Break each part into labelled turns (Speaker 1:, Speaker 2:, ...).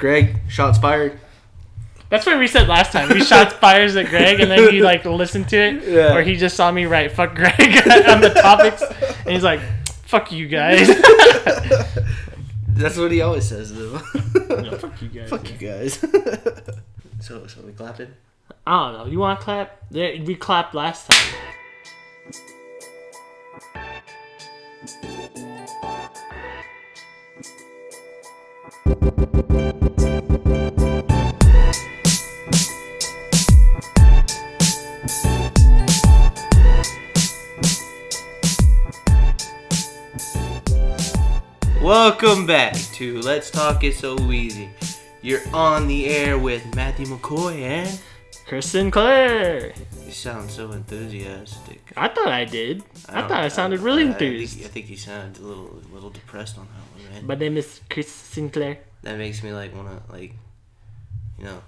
Speaker 1: Greg, shots fired.
Speaker 2: That's what we said last time. He shots fires at Greg, and then he like listened to it,
Speaker 1: Yeah.
Speaker 2: or he just saw me write "fuck Greg" on the topics, and he's like, "Fuck you guys."
Speaker 1: That's what he always says, though.
Speaker 2: No, fuck you guys.
Speaker 1: Fuck you guys. so, so we clapping.
Speaker 2: I don't know. You want to clap? There, we clapped last time.
Speaker 1: Welcome back to Let's Talk It So Easy. You're on the air with Matthew McCoy, and
Speaker 2: Chris Sinclair.
Speaker 1: you sound so enthusiastic.
Speaker 2: I thought I did. I,
Speaker 1: don't-
Speaker 2: thought I sounded really
Speaker 1: I- I think, I
Speaker 2: enthused.
Speaker 1: think you sounded a little, a little depressed on that one, man.
Speaker 2: My name is Chris Sinclair.
Speaker 1: That makes me like wanna like, you know.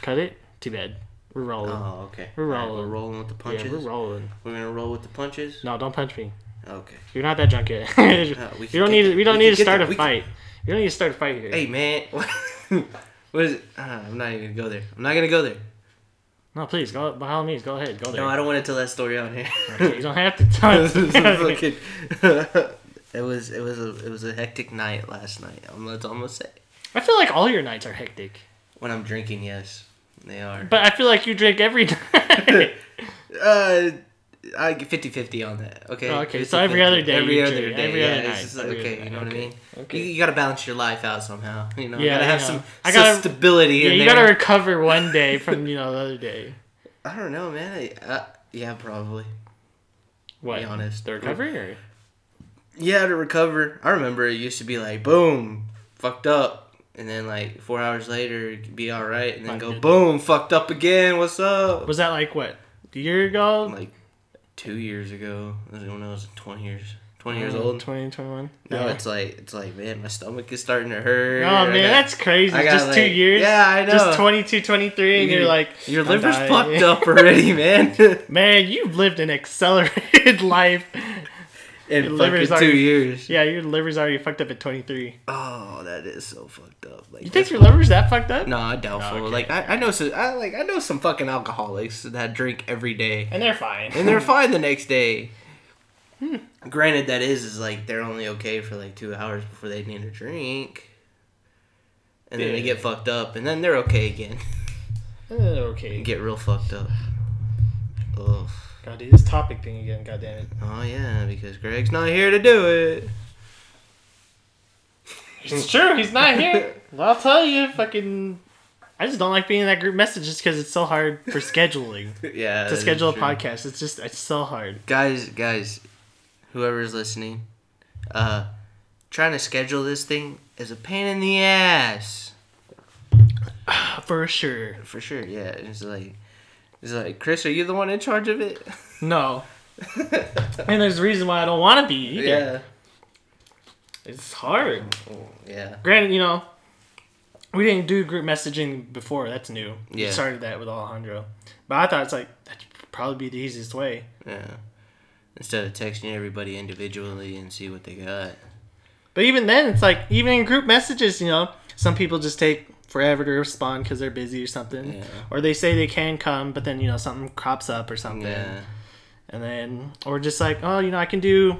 Speaker 2: Cut it. Too bad. We're rolling.
Speaker 1: Oh, okay.
Speaker 2: We're
Speaker 1: Alright,
Speaker 2: rolling.
Speaker 1: we're rolling with the punches.
Speaker 2: yeah, we're rolling.
Speaker 1: We're gonna roll with the punches.
Speaker 2: No, don't punch me.
Speaker 1: Okay.
Speaker 2: You're not that drunk yet. you
Speaker 1: we can
Speaker 2: don't
Speaker 1: get
Speaker 2: need.
Speaker 1: there.
Speaker 2: We don't
Speaker 1: We can get
Speaker 2: need to start
Speaker 1: there.
Speaker 2: a
Speaker 1: We can-
Speaker 2: fight. You don't need to start a fight here.
Speaker 1: Hey man, what is it? Uh, I'm not even gonna go there. I'm not gonna go there.
Speaker 2: No, please go. By all means, go ahead. Go there.
Speaker 1: No, I don't want to tell that story on here.
Speaker 2: you don't have to tell
Speaker 1: This is
Speaker 2: it.
Speaker 1: fucking- it was it was a it was a hectic night last night. I'm let's almost say
Speaker 2: I feel like all your nights are hectic,
Speaker 1: when I'm drinking, yes, they are.
Speaker 2: but I feel like you drink every night.
Speaker 1: Uh, I get 50-50 on that. Okay.
Speaker 2: Oh, okay, so every
Speaker 1: 50-50.
Speaker 2: other day
Speaker 1: Every
Speaker 2: you
Speaker 1: other
Speaker 2: drink,
Speaker 1: day.
Speaker 2: every
Speaker 1: yeah,
Speaker 2: other
Speaker 1: it's
Speaker 2: night,
Speaker 1: just
Speaker 2: every
Speaker 1: okay,
Speaker 2: other
Speaker 1: you know
Speaker 2: night,
Speaker 1: what I
Speaker 2: okay,
Speaker 1: mean.
Speaker 2: okay.
Speaker 1: You, you gotta balance your life out somehow. You know, you
Speaker 2: Yeah,
Speaker 1: gotta
Speaker 2: I
Speaker 1: have
Speaker 2: know.
Speaker 1: some,
Speaker 2: I
Speaker 1: some
Speaker 2: gotta-
Speaker 1: stability
Speaker 2: yeah,
Speaker 1: in
Speaker 2: you
Speaker 1: there.
Speaker 2: gotta recover one day from you know the other day.
Speaker 1: I don't know, man. I, uh, yeah, probably.
Speaker 2: What?
Speaker 1: Be honest.
Speaker 2: The recovery or
Speaker 1: Yeah, to recover. I remember it used to be like boom, fucked up, and then like four hours later it could be all right, and then
Speaker 2: Like
Speaker 1: go
Speaker 2: it-
Speaker 1: boom, fucked up again. What's up?
Speaker 2: was that like what? A year ago?
Speaker 1: Like two years ago, it was when I was twenty years, twenty
Speaker 2: Mm. Oh,
Speaker 1: years old.
Speaker 2: Twenty twenty one.
Speaker 1: Now it's like it's like man, my stomach is starting to hurt.
Speaker 2: Oh
Speaker 1: I
Speaker 2: man,
Speaker 1: got-
Speaker 2: that's crazy.
Speaker 1: I got,
Speaker 2: Just two
Speaker 1: like-
Speaker 2: years.
Speaker 1: Yeah, I know. Mm.
Speaker 2: Just 22, 23, and you're like,
Speaker 1: your
Speaker 2: I'm
Speaker 1: liver's
Speaker 2: dying.
Speaker 1: fucked up already, man.
Speaker 2: Man, you've lived an accelerated life.
Speaker 1: In fucking
Speaker 2: liver's
Speaker 1: two
Speaker 2: already-
Speaker 1: years.
Speaker 2: Yeah, your liver's already fucked up at 23.
Speaker 1: Oh, that is so fucked up. Like
Speaker 2: You think your liver's that fucked up?
Speaker 1: No, I doubtful.
Speaker 2: Okay.
Speaker 1: Like I, I know some, I like I know some fucking alcoholics that drink every day
Speaker 2: And they're fine.
Speaker 1: and they're fine the next day. Hmm. Granted, that is is like they're only okay for like two hours before they need a drink, and then they
Speaker 2: Yeah.
Speaker 1: get fucked up, and then they're okay again.
Speaker 2: Uh, okay.
Speaker 1: get real fucked up. Ugh.
Speaker 2: Gotta do this topic thing again, God damn it.
Speaker 1: Oh yeah, because Greg's not here to do it.
Speaker 2: It's true, he's not here. Well, I'll tell you, fucking. I just don't like being in that group message just because it's so hard for scheduling.
Speaker 1: Yeah,
Speaker 2: to schedule a
Speaker 1: podcast.
Speaker 2: podcast, it's just, it's so hard.
Speaker 1: guys guys whoever's listening uh trying to schedule this thing is a pain in the ass
Speaker 2: Uh, For sure.
Speaker 1: for sure yeah it's like it's like chris are you the one in charge of it
Speaker 2: No. and there's a reason why I don't want to be. either. It's hard.
Speaker 1: Oh, yeah
Speaker 2: Granted, you know, we didn't do group messaging before. That's new.
Speaker 1: Yeah.
Speaker 2: We started that with Alejandro. But I thought it's like, that'd probably be the easiest way.
Speaker 1: yeah instead of texting everybody individually and see what they got
Speaker 2: But even then, it's like even in group messages, you know, some people just take forever to respond because they're busy or something,
Speaker 1: Yeah.
Speaker 2: or they say they can come, but then you know something crops up or something,
Speaker 1: yeah
Speaker 2: and then or just like oh you know I can do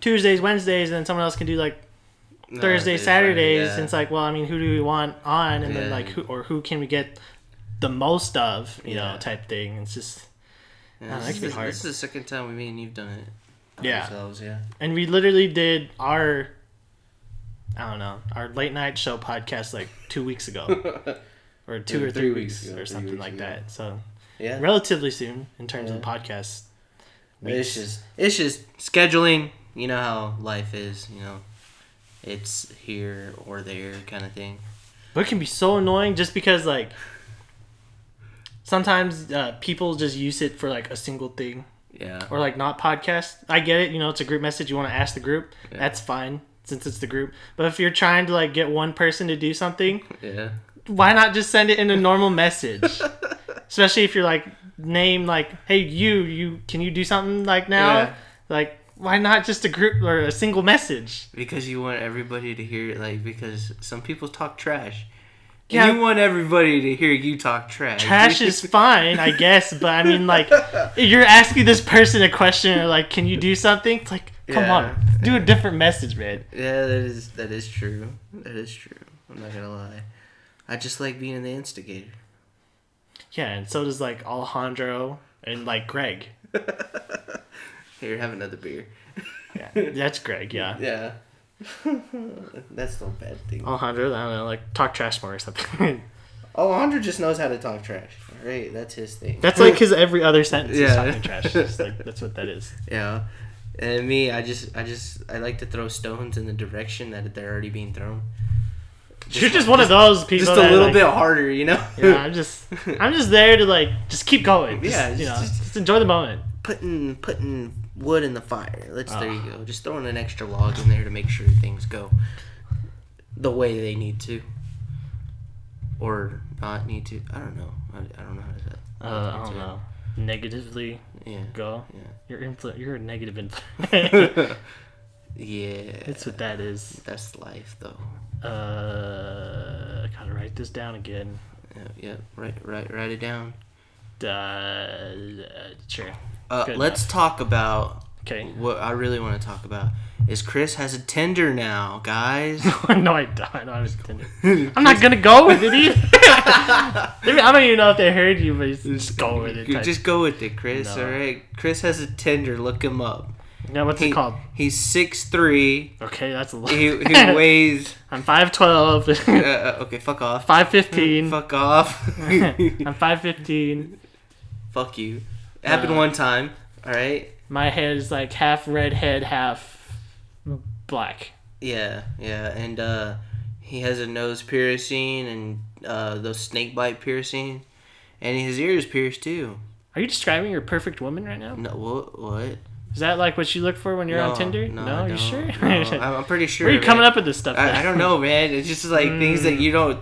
Speaker 2: Tuesdays, Wednesdays, and then someone else can do like
Speaker 1: No,
Speaker 2: Thursday,
Speaker 1: it's fine,
Speaker 2: Saturdays.
Speaker 1: yeah.
Speaker 2: And it's like well I mean who do we want on, and then
Speaker 1: Yeah.
Speaker 2: like who or who can we get the most of you
Speaker 1: Yeah.
Speaker 2: know type thing. It's just
Speaker 1: Yeah,
Speaker 2: no, Oh, that
Speaker 1: this
Speaker 2: could be
Speaker 1: is-
Speaker 2: hard.
Speaker 1: this is the second time we me and you've done it
Speaker 2: Yeah.
Speaker 1: ourselves, yeah
Speaker 2: and we literally did our I don't know our late night show podcast like two weeks ago, or two
Speaker 1: Yeah, three
Speaker 2: or three,
Speaker 1: weeks
Speaker 2: weeks,
Speaker 1: ago,
Speaker 2: or
Speaker 1: three
Speaker 2: something
Speaker 1: weeks
Speaker 2: like
Speaker 1: ago.
Speaker 2: that. So
Speaker 1: yeah
Speaker 2: relatively soon in terms
Speaker 1: Yeah.
Speaker 2: of the podcast.
Speaker 1: It's
Speaker 2: weeks.
Speaker 1: just it's just scheduling. You know how life is. You know, it's here or there kind of thing.
Speaker 2: But it can be so annoying just because like sometimes uh, people just use it for like a single thing
Speaker 1: Yeah.
Speaker 2: or like not podcast. I get it, you know, it's a group message. You want to ask the group,
Speaker 1: Yeah.
Speaker 2: that's fine since it's the group. But if you're trying to like get one person to do something,
Speaker 1: Yeah.
Speaker 2: why not just send it in a normal message? Especially if you're like name like, hey you, you can you do something like now?
Speaker 1: Yeah.
Speaker 2: Like Why not just a group or a single message?
Speaker 1: Because you want everybody to hear it, like because some people talk trash. And
Speaker 2: Yeah.
Speaker 1: You want everybody to hear you talk trash.
Speaker 2: Trash is fine, I guess, but I mean, like, you're asking this person a question, or like, can you do something? It's like, come
Speaker 1: Yeah.
Speaker 2: on, do a different message, man.
Speaker 1: Yeah, that is that is true. That is true. I'm not gonna lie. I just like being the instigator.
Speaker 2: Yeah, and so does like Alejandro and like Greg.
Speaker 1: Here, have another beer.
Speaker 2: Yeah, that's Greg. Yeah,
Speaker 1: Yeah. That's no bad thing.
Speaker 2: Alejandro. I don't know, like talk trash more or something.
Speaker 1: Oh, Andre just knows how to talk trash. Right, that's his thing.
Speaker 2: that's like his every other sentence is
Speaker 1: Yeah.
Speaker 2: talking trash. It's just, like that's what that is.
Speaker 1: Yeah. And me, I just, I just, I like to throw stones in the direction that they're already being thrown.
Speaker 2: You're just one of those people.
Speaker 1: Just a
Speaker 2: that,
Speaker 1: little
Speaker 2: like,
Speaker 1: bit harder, you know.
Speaker 2: Yeah, I'm just I'm just there to like just keep going. Just,
Speaker 1: Yeah,
Speaker 2: you know,
Speaker 1: just-
Speaker 2: just, enjoy the moment.
Speaker 1: putting putting wood in the fire. Let's there you
Speaker 2: Ah.
Speaker 1: go. Just throwing an extra log in there to make sure things go the way they need to, or not need to. I don't know. I, I don't know how to. say it.
Speaker 2: Uh, I don't know. Negatively
Speaker 1: Yeah.
Speaker 2: go.
Speaker 1: Yeah.
Speaker 2: You're influ- You're a negative influence.
Speaker 1: Yeah.
Speaker 2: that's what that is.
Speaker 1: That's life, though.
Speaker 2: Uh, gotta write this down again.
Speaker 1: Yeah. yeah. Right. Right. Write it down.
Speaker 2: Uh, uh, sure.
Speaker 1: Uh,
Speaker 2: Good
Speaker 1: let's talk about
Speaker 2: Okay.
Speaker 1: what I really want to talk about. Is Chris has a Tinder now, guys?
Speaker 2: no, I don't. I don't understand it. I'm not gonna go with it either. Maybe- I don't even know if they heard you, but just go with it.
Speaker 1: You
Speaker 2: type.
Speaker 1: Just go with it, Chris.
Speaker 2: No.
Speaker 1: All right. Chris has a Tinder. Look him up.
Speaker 2: yeah, what's
Speaker 1: He-
Speaker 2: it called?
Speaker 1: He's six three.
Speaker 2: Okay, that's a lot.
Speaker 1: He, he weighs.
Speaker 2: I'm five twelve.
Speaker 1: Uh, uh, okay, fuck off.
Speaker 2: Five fifteen.
Speaker 1: Fuck off.
Speaker 2: I'm five fifteen.
Speaker 1: fuck you. It happened
Speaker 2: Uh,
Speaker 1: one time. All right.
Speaker 2: My head is like half red head, half black.
Speaker 1: Yeah, yeah, and uh, he has a nose piercing and uh, those snake bite piercing, and his ears pierced too.
Speaker 2: Are you describing your perfect woman right now?
Speaker 1: No, what? What?
Speaker 2: Is that like what you look for when you're on Tinder? No,
Speaker 1: I
Speaker 2: you
Speaker 1: don't.
Speaker 2: sure?
Speaker 1: No, I'm, I'm pretty sure.
Speaker 2: Where are you coming
Speaker 1: man.
Speaker 2: up with this stuff?
Speaker 1: I,
Speaker 2: then?
Speaker 1: I don't know, man. It's just like things that
Speaker 2: Mm.
Speaker 1: you don't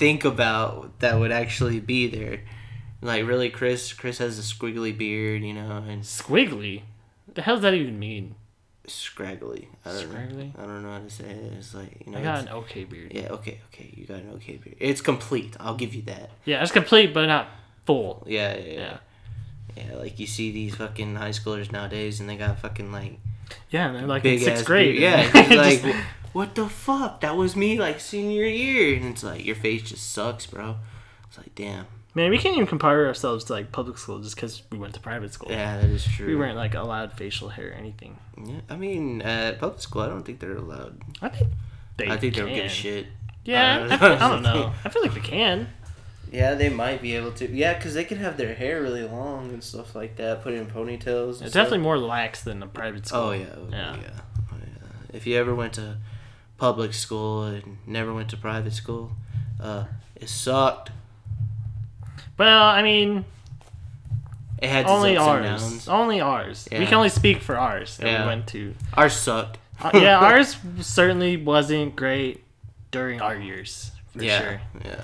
Speaker 1: think about that would actually be there. Like really, Chris. Chris has a squiggly beard, you know, and s-
Speaker 2: Squiggly. The hell does that even mean?
Speaker 1: scraggly. I don't
Speaker 2: Scraggly?
Speaker 1: know. I don't know how to say it. It's like you know.
Speaker 2: I got
Speaker 1: it's-
Speaker 2: an okay beard.
Speaker 1: yeah. Okay. Okay. You got an okay beard. It's complete. I'll give you that.
Speaker 2: Yeah, it's complete but not full.
Speaker 1: Yeah. Yeah.
Speaker 2: Yeah.
Speaker 1: Yeah. yeah like you see these fucking high schoolers nowadays, and they got fucking like
Speaker 2: Yeah, and they're like
Speaker 1: big
Speaker 2: in
Speaker 1: ass
Speaker 2: sixth grade.
Speaker 1: beard. Yeah,
Speaker 2: and
Speaker 1: it's like
Speaker 2: just-
Speaker 1: "Wh- what the fuck? That was me like senior year, and it's like your face just sucks, bro. It's like damn.
Speaker 2: man, we can't even compare ourselves to like public school just because we went to private school.
Speaker 1: Yeah, that is true.
Speaker 2: We weren't like allowed facial hair or anything.
Speaker 1: Yeah, I mean, at public school, I don't think they're allowed.
Speaker 2: I think they.
Speaker 1: I think they
Speaker 2: can.
Speaker 1: don't give a shit.
Speaker 2: Yeah,
Speaker 1: Uh,
Speaker 2: I, feel, I don't know. I feel like they can.
Speaker 1: Yeah, they might be able to. Yeah, because they could have their hair really long and stuff like that, put in ponytails. And
Speaker 2: It's definitely more lax than a private school.
Speaker 1: Oh yeah, oh,
Speaker 2: Yeah.
Speaker 1: yeah. Oh, yeah. If you ever went to public school and never went to private school, uh, it sucked.
Speaker 2: Well, I mean,
Speaker 1: It had Oh. its
Speaker 2: only
Speaker 1: ups and
Speaker 2: ours.
Speaker 1: downs.
Speaker 2: Only ours. We
Speaker 1: Yeah.
Speaker 2: can only speak for ours that
Speaker 1: Yeah.
Speaker 2: we went to.
Speaker 1: Ours sucked.
Speaker 2: Uh, yeah, ours certainly wasn't great during our years, for
Speaker 1: yeah,
Speaker 2: sure.
Speaker 1: yeah.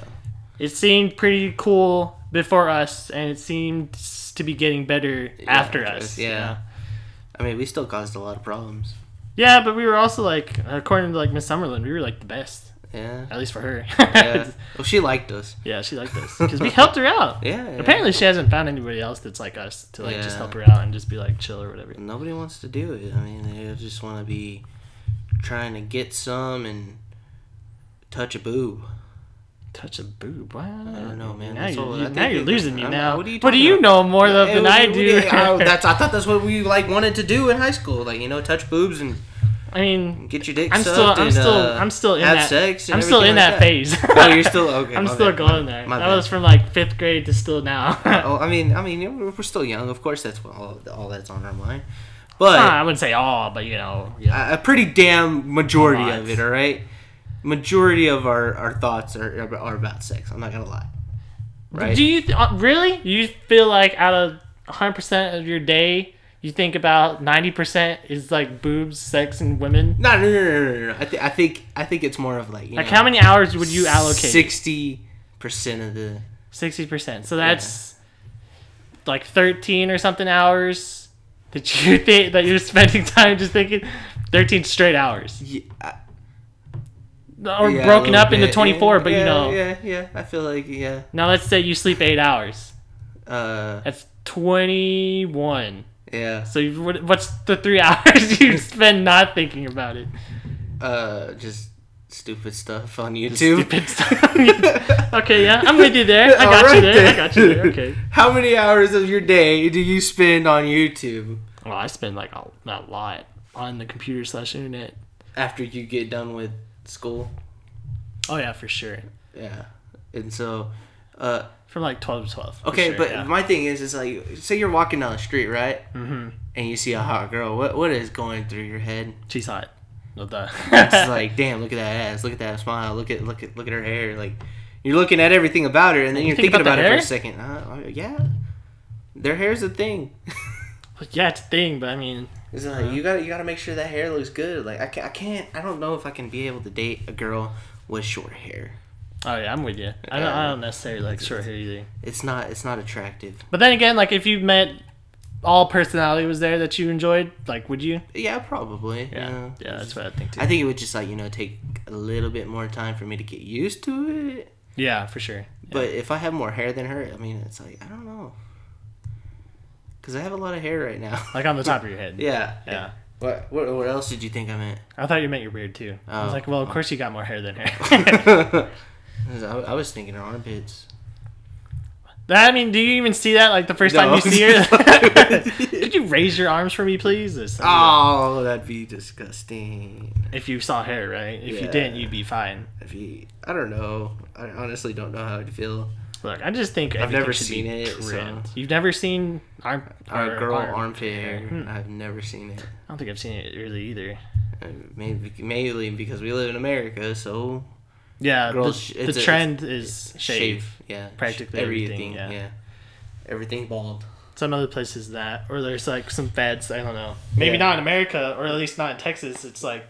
Speaker 2: It seemed pretty cool before us, and it seemed s- to be getting better after
Speaker 1: after
Speaker 2: us.
Speaker 1: us,
Speaker 2: you
Speaker 1: yeah.
Speaker 2: know?
Speaker 1: I mean, we still caused a lot of problems.
Speaker 2: Yeah, but we were also like, according to like Miss Summerlin, we were like the best,
Speaker 1: Yeah.
Speaker 2: at least for her.
Speaker 1: yeah.
Speaker 2: Yeah,
Speaker 1: Well, she liked us.
Speaker 2: she liked us because we helped her out.
Speaker 1: Yeah. yeah.
Speaker 2: Apparently, she hasn't found anybody else that's like us to like just
Speaker 1: Yeah.
Speaker 2: help her out and just be like chill or whatever.
Speaker 1: nobody wants to do it. I mean, they just want to be trying to get some and touch a boob.
Speaker 2: Touch a boob. What? I
Speaker 1: don't know, man.
Speaker 2: Now,
Speaker 1: That's
Speaker 2: you're,
Speaker 1: all-
Speaker 2: you-
Speaker 1: I
Speaker 2: now
Speaker 1: think
Speaker 2: you're
Speaker 1: it-
Speaker 2: losing me
Speaker 1: I'm-
Speaker 2: now.
Speaker 1: what are you
Speaker 2: what do
Speaker 1: talking
Speaker 2: you
Speaker 1: about?
Speaker 2: know more of than I
Speaker 1: Hey, we-
Speaker 2: do?
Speaker 1: we- I, that's, I thought that's what we like wanted to do in high school, like you know, touch boobs and
Speaker 2: I mean,
Speaker 1: get your dick
Speaker 2: I'm
Speaker 1: sucked.
Speaker 2: still, I'm
Speaker 1: and,
Speaker 2: still,
Speaker 1: uh,
Speaker 2: I'm still in
Speaker 1: have
Speaker 2: that.
Speaker 1: sex. and
Speaker 2: I'm still
Speaker 1: everything
Speaker 2: in that,
Speaker 1: like
Speaker 2: phase.
Speaker 1: Oh, you're still okay.
Speaker 2: I'm
Speaker 1: my
Speaker 2: still
Speaker 1: bad, my
Speaker 2: going
Speaker 1: bad,
Speaker 2: there.
Speaker 1: my
Speaker 2: That
Speaker 1: bad.
Speaker 2: was from like fifth grade to still now.
Speaker 1: Oh, I mean, I mean, you know, we're still young. Of course, that's what all, all that's on our mind. But
Speaker 2: I wouldn't say all, but you know, yeah.
Speaker 1: a a pretty damn majority
Speaker 2: A lot.
Speaker 1: of it. All right, majority of our, our thoughts are, are are about sex. I'm not gonna lie. Right?
Speaker 2: Do you th- uh, really? You feel like out of 100 percent of your day, you think about 90 percent is like boobs, sex, and women.
Speaker 1: no, no, no, no, no, no. I, th- I think I think it's more of like you
Speaker 2: Like,
Speaker 1: know,
Speaker 2: how many hours would you allocate?
Speaker 1: sixty percent of the.
Speaker 2: Sixty percent. So that's like thirteen or something hours that you think that you're spending time just thinking 13 straight hours
Speaker 1: Yeah, I-
Speaker 2: or
Speaker 1: uh, yeah, a
Speaker 2: broken
Speaker 1: little
Speaker 2: up into
Speaker 1: bit.
Speaker 2: 24
Speaker 1: Yeah,
Speaker 2: but you
Speaker 1: yeah,
Speaker 2: know
Speaker 1: Yeah, yeah. I feel like yeah.
Speaker 2: now let's say you sleep eight hours
Speaker 1: Uh,
Speaker 2: that's 21
Speaker 1: yeah.
Speaker 2: so you, what- what's the three hours you spend not thinking about it
Speaker 1: Uh, just stupid stuff on YouTube.
Speaker 2: stupid stuff okay yeah i'm with you there i got you
Speaker 1: Alright
Speaker 2: there i
Speaker 1: then.
Speaker 2: got you there okay
Speaker 1: How many hours of your day do you spend on YouTube
Speaker 2: well Oh, i spend like a, a lot on the computer slash internet
Speaker 1: after you get done with school?
Speaker 2: oh yeah for sure
Speaker 1: Yeah. And so, uh,
Speaker 2: from like 12 to 12 for
Speaker 1: okay,
Speaker 2: sure,
Speaker 1: but
Speaker 2: yeah.
Speaker 1: my thing is, is like, say you're walking down the street, right?
Speaker 2: Mhm.
Speaker 1: And you see a hot girl. What what is going through your head?
Speaker 2: she's hot no duh.
Speaker 1: It's like, damn, look at that ass. Look at that smile. Look at look at look at her hair. Like, you're looking at everything about her, and then
Speaker 2: You
Speaker 1: you're
Speaker 2: think
Speaker 1: thinking
Speaker 2: about
Speaker 1: about,
Speaker 2: the
Speaker 1: it for
Speaker 2: hair?
Speaker 1: a second. Uh, uh, yeah, their hair's a thing. Uh-huh.
Speaker 2: But yeah, it's a thing, but I mean,
Speaker 1: It's like you gotta you gotta make sure that hair looks good. Like I can't, I can't I don't know if I can be able to date a girl with short hair.
Speaker 2: oh yeah, I'm with you. I don't, I don't necessarily like short hair either.
Speaker 1: It's not it's not attractive.
Speaker 2: But then again, like if you met all personality was there that you enjoyed, like would you?
Speaker 1: Yeah, probably.
Speaker 2: Yeah,
Speaker 1: Yeah.
Speaker 2: yeah, that's what I think too.
Speaker 1: I think it would just like you know take a little bit more time for me to get used to it.
Speaker 2: yeah, for sure.
Speaker 1: But if I have more hair than her, I mean it's like I don't know. Cause I have a lot of hair right now.
Speaker 2: Like on the top of your head.
Speaker 1: yeah.
Speaker 2: Yeah.
Speaker 1: What, what what else did you think I meant?
Speaker 2: I thought you meant your beard too. I was
Speaker 1: Oh.
Speaker 2: like, well, of course you got more hair than hair.
Speaker 1: I, was- I was thinking armpits.
Speaker 2: I mean, do you even see that? Like the first time
Speaker 1: No.
Speaker 2: you see her, could you raise your arms for me, please? Or something.
Speaker 1: Oh, that'd be disgusting.
Speaker 2: If you saw hair, right? If you
Speaker 1: Yeah.
Speaker 2: didn't, you'd be fine.
Speaker 1: If you, I don't know. I honestly don't know how I'd feel.
Speaker 2: Look, I just think everything
Speaker 1: never
Speaker 2: should be
Speaker 1: seen it, so-
Speaker 2: trimmed. You've never seen arm,
Speaker 1: Our
Speaker 2: or
Speaker 1: girl Hmm.
Speaker 2: arm-
Speaker 1: armpit hair. I've never seen it.
Speaker 2: I don't think I've seen it really either.
Speaker 1: Uh, Maybe, mainly because we live in America, so
Speaker 2: Yeah,
Speaker 1: Girls sh-
Speaker 2: the, the
Speaker 1: it's a-
Speaker 2: trend is shave.
Speaker 1: Yeah, sh-
Speaker 2: Practically everything, yeah.
Speaker 1: everything bald.
Speaker 2: Some other places that, or there's like some feds. I don't know. Maybe
Speaker 1: Yeah.
Speaker 2: not in America, or at least not in Texas. It's like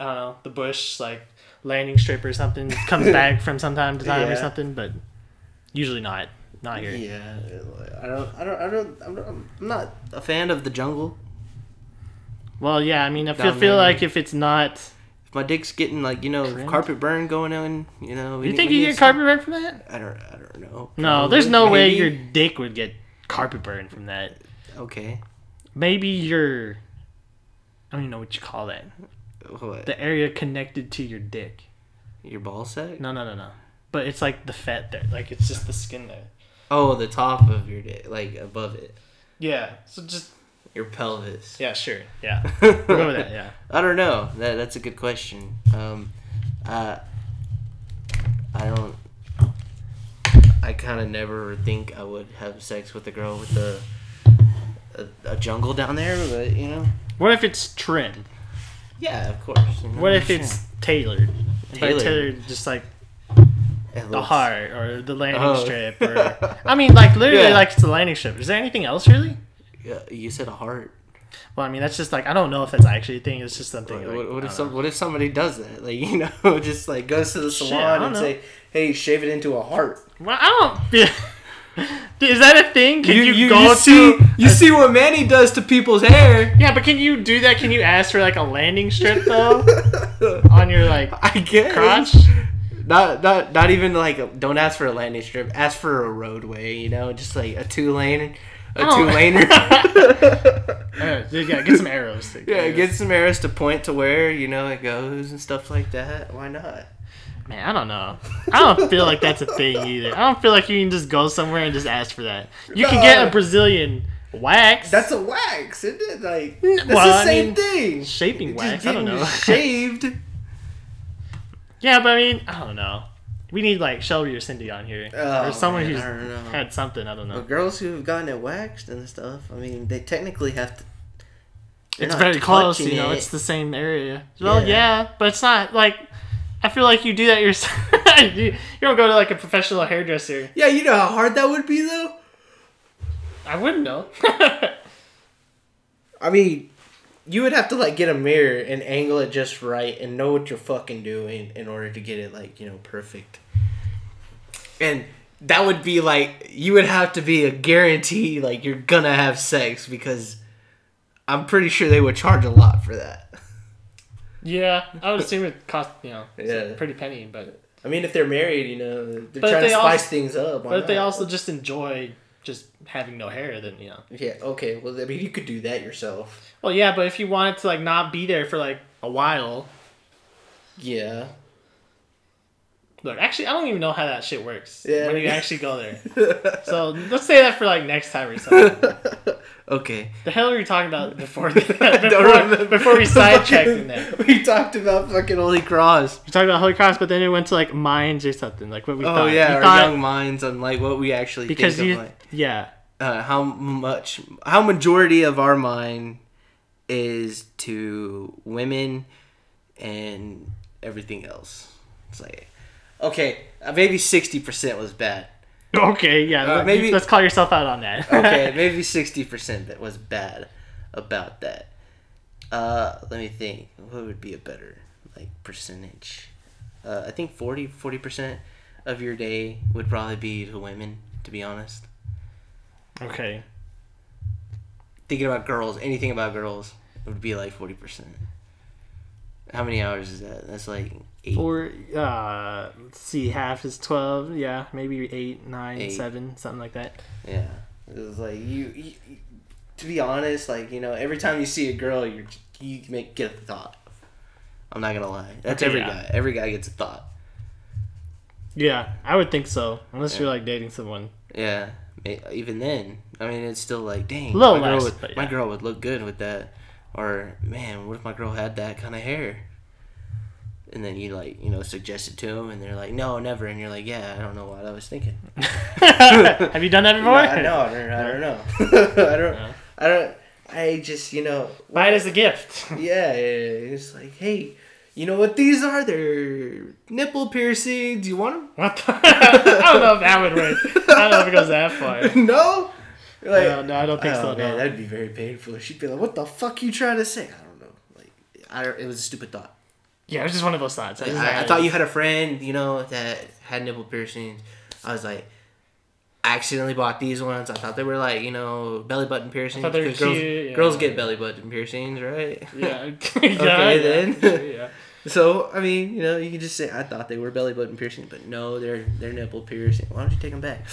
Speaker 2: I don't know the bush like landing strip or something comes back from some time to time or
Speaker 1: Yeah.
Speaker 2: something, but usually not. Not here.
Speaker 1: Yeah, I don't, I don't, I don't, I'm not, I'm not a fan of the jungle.
Speaker 2: Well, yeah. I mean, I feel,
Speaker 1: Down
Speaker 2: feel
Speaker 1: there.
Speaker 2: like if it's not,
Speaker 1: If my dick's getting like you know
Speaker 2: Trimmed?
Speaker 1: carpet burn going on, you know. we
Speaker 2: you
Speaker 1: need-
Speaker 2: think
Speaker 1: we
Speaker 2: you
Speaker 1: need
Speaker 2: get
Speaker 1: some-
Speaker 2: carpet burn from that?
Speaker 1: I don't, I don't know.
Speaker 2: No, there's no way
Speaker 1: Maybe.
Speaker 2: your dick would get carpet burn from that.
Speaker 1: okay.
Speaker 2: Maybe your, I don't even know what you call that.
Speaker 1: What?
Speaker 2: The area connected to your dick.
Speaker 1: Your ball sack?
Speaker 2: No, no, no, no. But it's like the fat there. Like it's just the skin there.
Speaker 1: Oh, the top of your dick, like above it,
Speaker 2: Yeah. So just
Speaker 1: your pelvis.
Speaker 2: yeah, sure. Yeah. We'll go with
Speaker 1: I
Speaker 2: that. Yeah.
Speaker 1: don't know. That that's a good question. Um, uh, I don't. I kind of never think I would have sex with a girl with a, a a jungle down there, but you know.
Speaker 2: What if it's trimmed?
Speaker 1: Yeah, of course. you know,
Speaker 2: What if
Speaker 1: sure.
Speaker 2: it's tailored? But
Speaker 1: Tailored.
Speaker 2: tailored just like
Speaker 1: It
Speaker 2: the
Speaker 1: looks-
Speaker 2: heart or the landing
Speaker 1: Oh.
Speaker 2: strip or I mean like literally
Speaker 1: Yeah.
Speaker 2: like it's the landing strip. Is there anything else really?
Speaker 1: Yeah, you said a heart.
Speaker 2: Well, I mean that's just like I don't know if that's actually a thing. It's just something.
Speaker 1: What,
Speaker 2: like,
Speaker 1: what,
Speaker 2: I
Speaker 1: if
Speaker 2: don't
Speaker 1: some,
Speaker 2: know.
Speaker 1: what if somebody does that? Like you know, just like goes to the
Speaker 2: Shit, I
Speaker 1: salon
Speaker 2: don't
Speaker 1: and
Speaker 2: know.
Speaker 1: say, "Hey, shave it into a heart."
Speaker 2: Well, I don't. Is that a thing? Can you, go to?
Speaker 1: see you see what Manny does to people's hair.
Speaker 2: Yeah, but can you do that? Can you ask for like a landing strip though on your like
Speaker 1: I guess
Speaker 2: crotch?
Speaker 1: Not not not even like a- don't ask for a landing strip. Ask for a roadway. You know, just like a two lane, a
Speaker 2: Oh.
Speaker 1: two laner.
Speaker 2: Uh, dude, yeah, get some arrows.
Speaker 1: yeah, get some arrows to point to where you know it goes and stuff like that. Why not?
Speaker 2: Man, I don't know. I don't feel like that's a thing either. I don't feel like you can just go somewhere and just ask for that. You can get a
Speaker 1: No.
Speaker 2: Brazilian wax.
Speaker 1: That's a wax, isn't it? Like that's
Speaker 2: well, I
Speaker 1: the same
Speaker 2: mean,
Speaker 1: thing.
Speaker 2: shaping
Speaker 1: Just
Speaker 2: wax. I don't
Speaker 1: getting
Speaker 2: know.
Speaker 1: Shaved.
Speaker 2: yeah, but I mean, I don't know. We need like Shelby or Cindy on here,
Speaker 1: Oh,
Speaker 2: or someone
Speaker 1: man, I don't know.
Speaker 2: who's had something. I don't know.
Speaker 1: But girls who have gotten it waxed and stuff, I mean, they technically have to. they're
Speaker 2: It's
Speaker 1: not
Speaker 2: very close, you
Speaker 1: touching
Speaker 2: know.
Speaker 1: it.
Speaker 2: It's the same area. Well, yeah.
Speaker 1: Yeah.
Speaker 2: but it's not like. I feel like you do that yourself. you you don't go to like a professional hairdresser.
Speaker 1: yeah, you know how hard that would be, though.
Speaker 2: I wouldn't know.
Speaker 1: I mean, you would have to like get a mirror and angle it just right and know what you're fucking doing in order to get it like you know perfect. And that would be like you would have to be a guarantee like you're gonna have sex because I'm pretty sure they would charge a lot for that.
Speaker 2: Yeah, I would assume it cost you know
Speaker 1: Yeah.
Speaker 2: a pretty penny, but
Speaker 1: I mean, if they're married, you know, they're
Speaker 2: But if
Speaker 1: trying to
Speaker 2: they
Speaker 1: spice
Speaker 2: also-
Speaker 1: things up. why
Speaker 2: but if they
Speaker 1: not?
Speaker 2: also just enjoy just having no hair, then you know.
Speaker 1: yeah, okay. Well, I mean, you could do that yourself.
Speaker 2: Well, yeah, but if you wanted to like not be there for like a while,
Speaker 1: Yeah.
Speaker 2: look, actually, I don't even know how that shit works
Speaker 1: Yeah.
Speaker 2: when you actually go there. so let's say that for like next time or something.
Speaker 1: okay.
Speaker 2: The hell were you talking about before before,
Speaker 1: remember.
Speaker 2: before we sidetracked in there?
Speaker 1: We talked about fucking Holy Cross.
Speaker 2: We talked about Holy Cross, but then it went to like minds or something, like what we
Speaker 1: Oh
Speaker 2: thought.
Speaker 1: yeah,
Speaker 2: We
Speaker 1: our
Speaker 2: thought-
Speaker 1: young minds on like what we actually
Speaker 2: because
Speaker 1: think
Speaker 2: you,
Speaker 1: of like
Speaker 2: yeah,
Speaker 1: uh, how much how majority of our mind is to women and everything else. It's like okay, uh, maybe sixty percent was bad.
Speaker 2: okay, yeah,
Speaker 1: Uh,
Speaker 2: let-
Speaker 1: maybe-
Speaker 2: let's call yourself out on that.
Speaker 1: Okay, maybe sixty percent that was bad about that. Uh, let me think. What would be a better like percentage? Uh, I think 40 percent of your day would probably be to women. To be honest,
Speaker 2: okay,
Speaker 1: thinking about girls, anything about girls would be like forty percent. How many hours is that? That's like eight.
Speaker 2: or uh, let's see, half is twelve. Yeah, maybe eight, nine,
Speaker 1: Eight.
Speaker 2: seven, something like that.
Speaker 1: Yeah, it was like you, you, you- To be honest, like you know, every time you see a girl, you you make get a thought. I'm not gonna lie. That's
Speaker 2: Okay,
Speaker 1: every
Speaker 2: yeah.
Speaker 1: guy. Every guy gets a thought.
Speaker 2: Yeah, I would think so, unless you're like dating someone.
Speaker 1: Yeah. Ma- Even then, I mean, it's still like, dang,
Speaker 2: Little
Speaker 1: my, girl
Speaker 2: less,
Speaker 1: would,
Speaker 2: but
Speaker 1: my
Speaker 2: yeah.
Speaker 1: girl would look good with that, or man, what if my girl had that kind of hair? And then you like, you know, suggest it to them, and they're like, no, never. And you're like, yeah, I don't know what I was thinking.
Speaker 2: Have you done that before?
Speaker 1: I know, I don't, I don't know. I don't, I don't, I just, you know,
Speaker 2: Buy it as a gift.
Speaker 1: yeah, yeah, yeah. it's like, hey, you know what these are? They're nipple piercings. You want
Speaker 2: What the? I don't know if that would work. I don't know if it goes that far.
Speaker 1: them? no. You're like,
Speaker 2: No, no, I don't think
Speaker 1: oh,
Speaker 2: so.
Speaker 1: man,
Speaker 2: no.
Speaker 1: that'd be very painful. She'd be like, "What the fuck you trying to say?" I don't know. Like, I it was a stupid thought.
Speaker 2: Yeah, it was just one of those thoughts.
Speaker 1: Like, I, I thought you had a friend, you know, that had nipple piercings. I was like, I accidentally bought these ones. I thought they were like, you know, belly button piercings.
Speaker 2: thought they were
Speaker 1: 'cause girls,
Speaker 2: cute, yeah.
Speaker 1: girls get belly button piercings, right?
Speaker 2: Yeah. yeah.
Speaker 1: Okay,
Speaker 2: yeah,
Speaker 1: then.
Speaker 2: yeah, yeah.
Speaker 1: So I mean, you know, you can just say I thought they were belly button piercings, but no, they're they're nipple piercing. Why don't you take them back?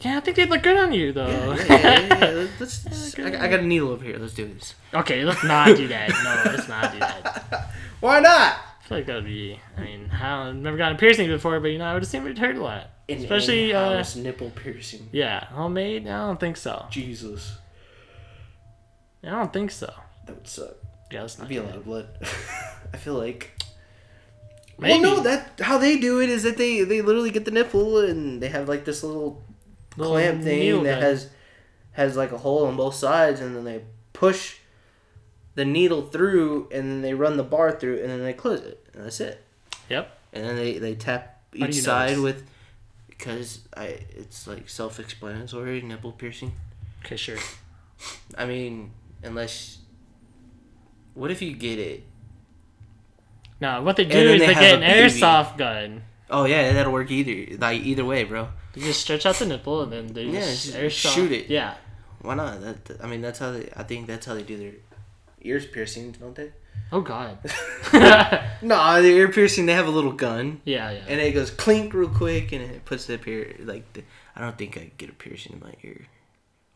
Speaker 2: Yeah, I think they'd look good on you though.
Speaker 1: Yeah, yeah, yeah, yeah, yeah. Let's. let's- I, I got a needle over here. Let's do this.
Speaker 2: okay, let's not do that. No, let's not do that.
Speaker 1: Why not?
Speaker 2: I feel like that would be. I mean, I don't, I've never gotten a piercing before, but you know, I would assume it'd hurt a lot. Especially, uh,
Speaker 1: in-house nipple piercing.
Speaker 2: yeah, homemade. I don't think so.
Speaker 1: Jesus,
Speaker 2: I don't think so.
Speaker 1: that would suck.
Speaker 2: Yeah, let's not.
Speaker 1: That'd be
Speaker 2: Do
Speaker 1: a lot
Speaker 2: that.
Speaker 1: of blood. I feel like.
Speaker 2: Maybe
Speaker 1: Well, no, that how they do it is that they they literally get the nipple and they have like this little,
Speaker 2: Little
Speaker 1: clamp
Speaker 2: needle
Speaker 1: thing that
Speaker 2: gun.
Speaker 1: has has like a hole on both sides, and then they push the needle through, and then they run the bar through, and then they close it, and that's it.
Speaker 2: Yep.
Speaker 1: And then they they tap
Speaker 2: do
Speaker 1: each
Speaker 2: you know
Speaker 1: side
Speaker 2: this?
Speaker 1: with because I it's like self explanatory nipple piercing.
Speaker 2: Okay, sure.
Speaker 1: I mean, unless. What if you get it?
Speaker 2: No, what they do
Speaker 1: then
Speaker 2: is
Speaker 1: they
Speaker 2: they,
Speaker 1: have
Speaker 2: get
Speaker 1: a
Speaker 2: an
Speaker 1: baby.
Speaker 2: airsoft gun.
Speaker 1: Oh yeah, that'll work either. Like either way, bro.
Speaker 2: You just stretch out the nipple and then they
Speaker 1: Yeah,
Speaker 2: just
Speaker 1: just
Speaker 2: airsoft.
Speaker 1: shoot it.
Speaker 2: Yeah.
Speaker 1: Why not? That that- I mean, that's how they. I think that's how they do their ears piercings, don't they?
Speaker 2: Oh God. yeah,
Speaker 1: No, the ear piercing. They have a little gun,
Speaker 2: yeah.
Speaker 1: and it goes clink real quick, and it puts the pier. Like the, I don't think I get a piercing in my ear,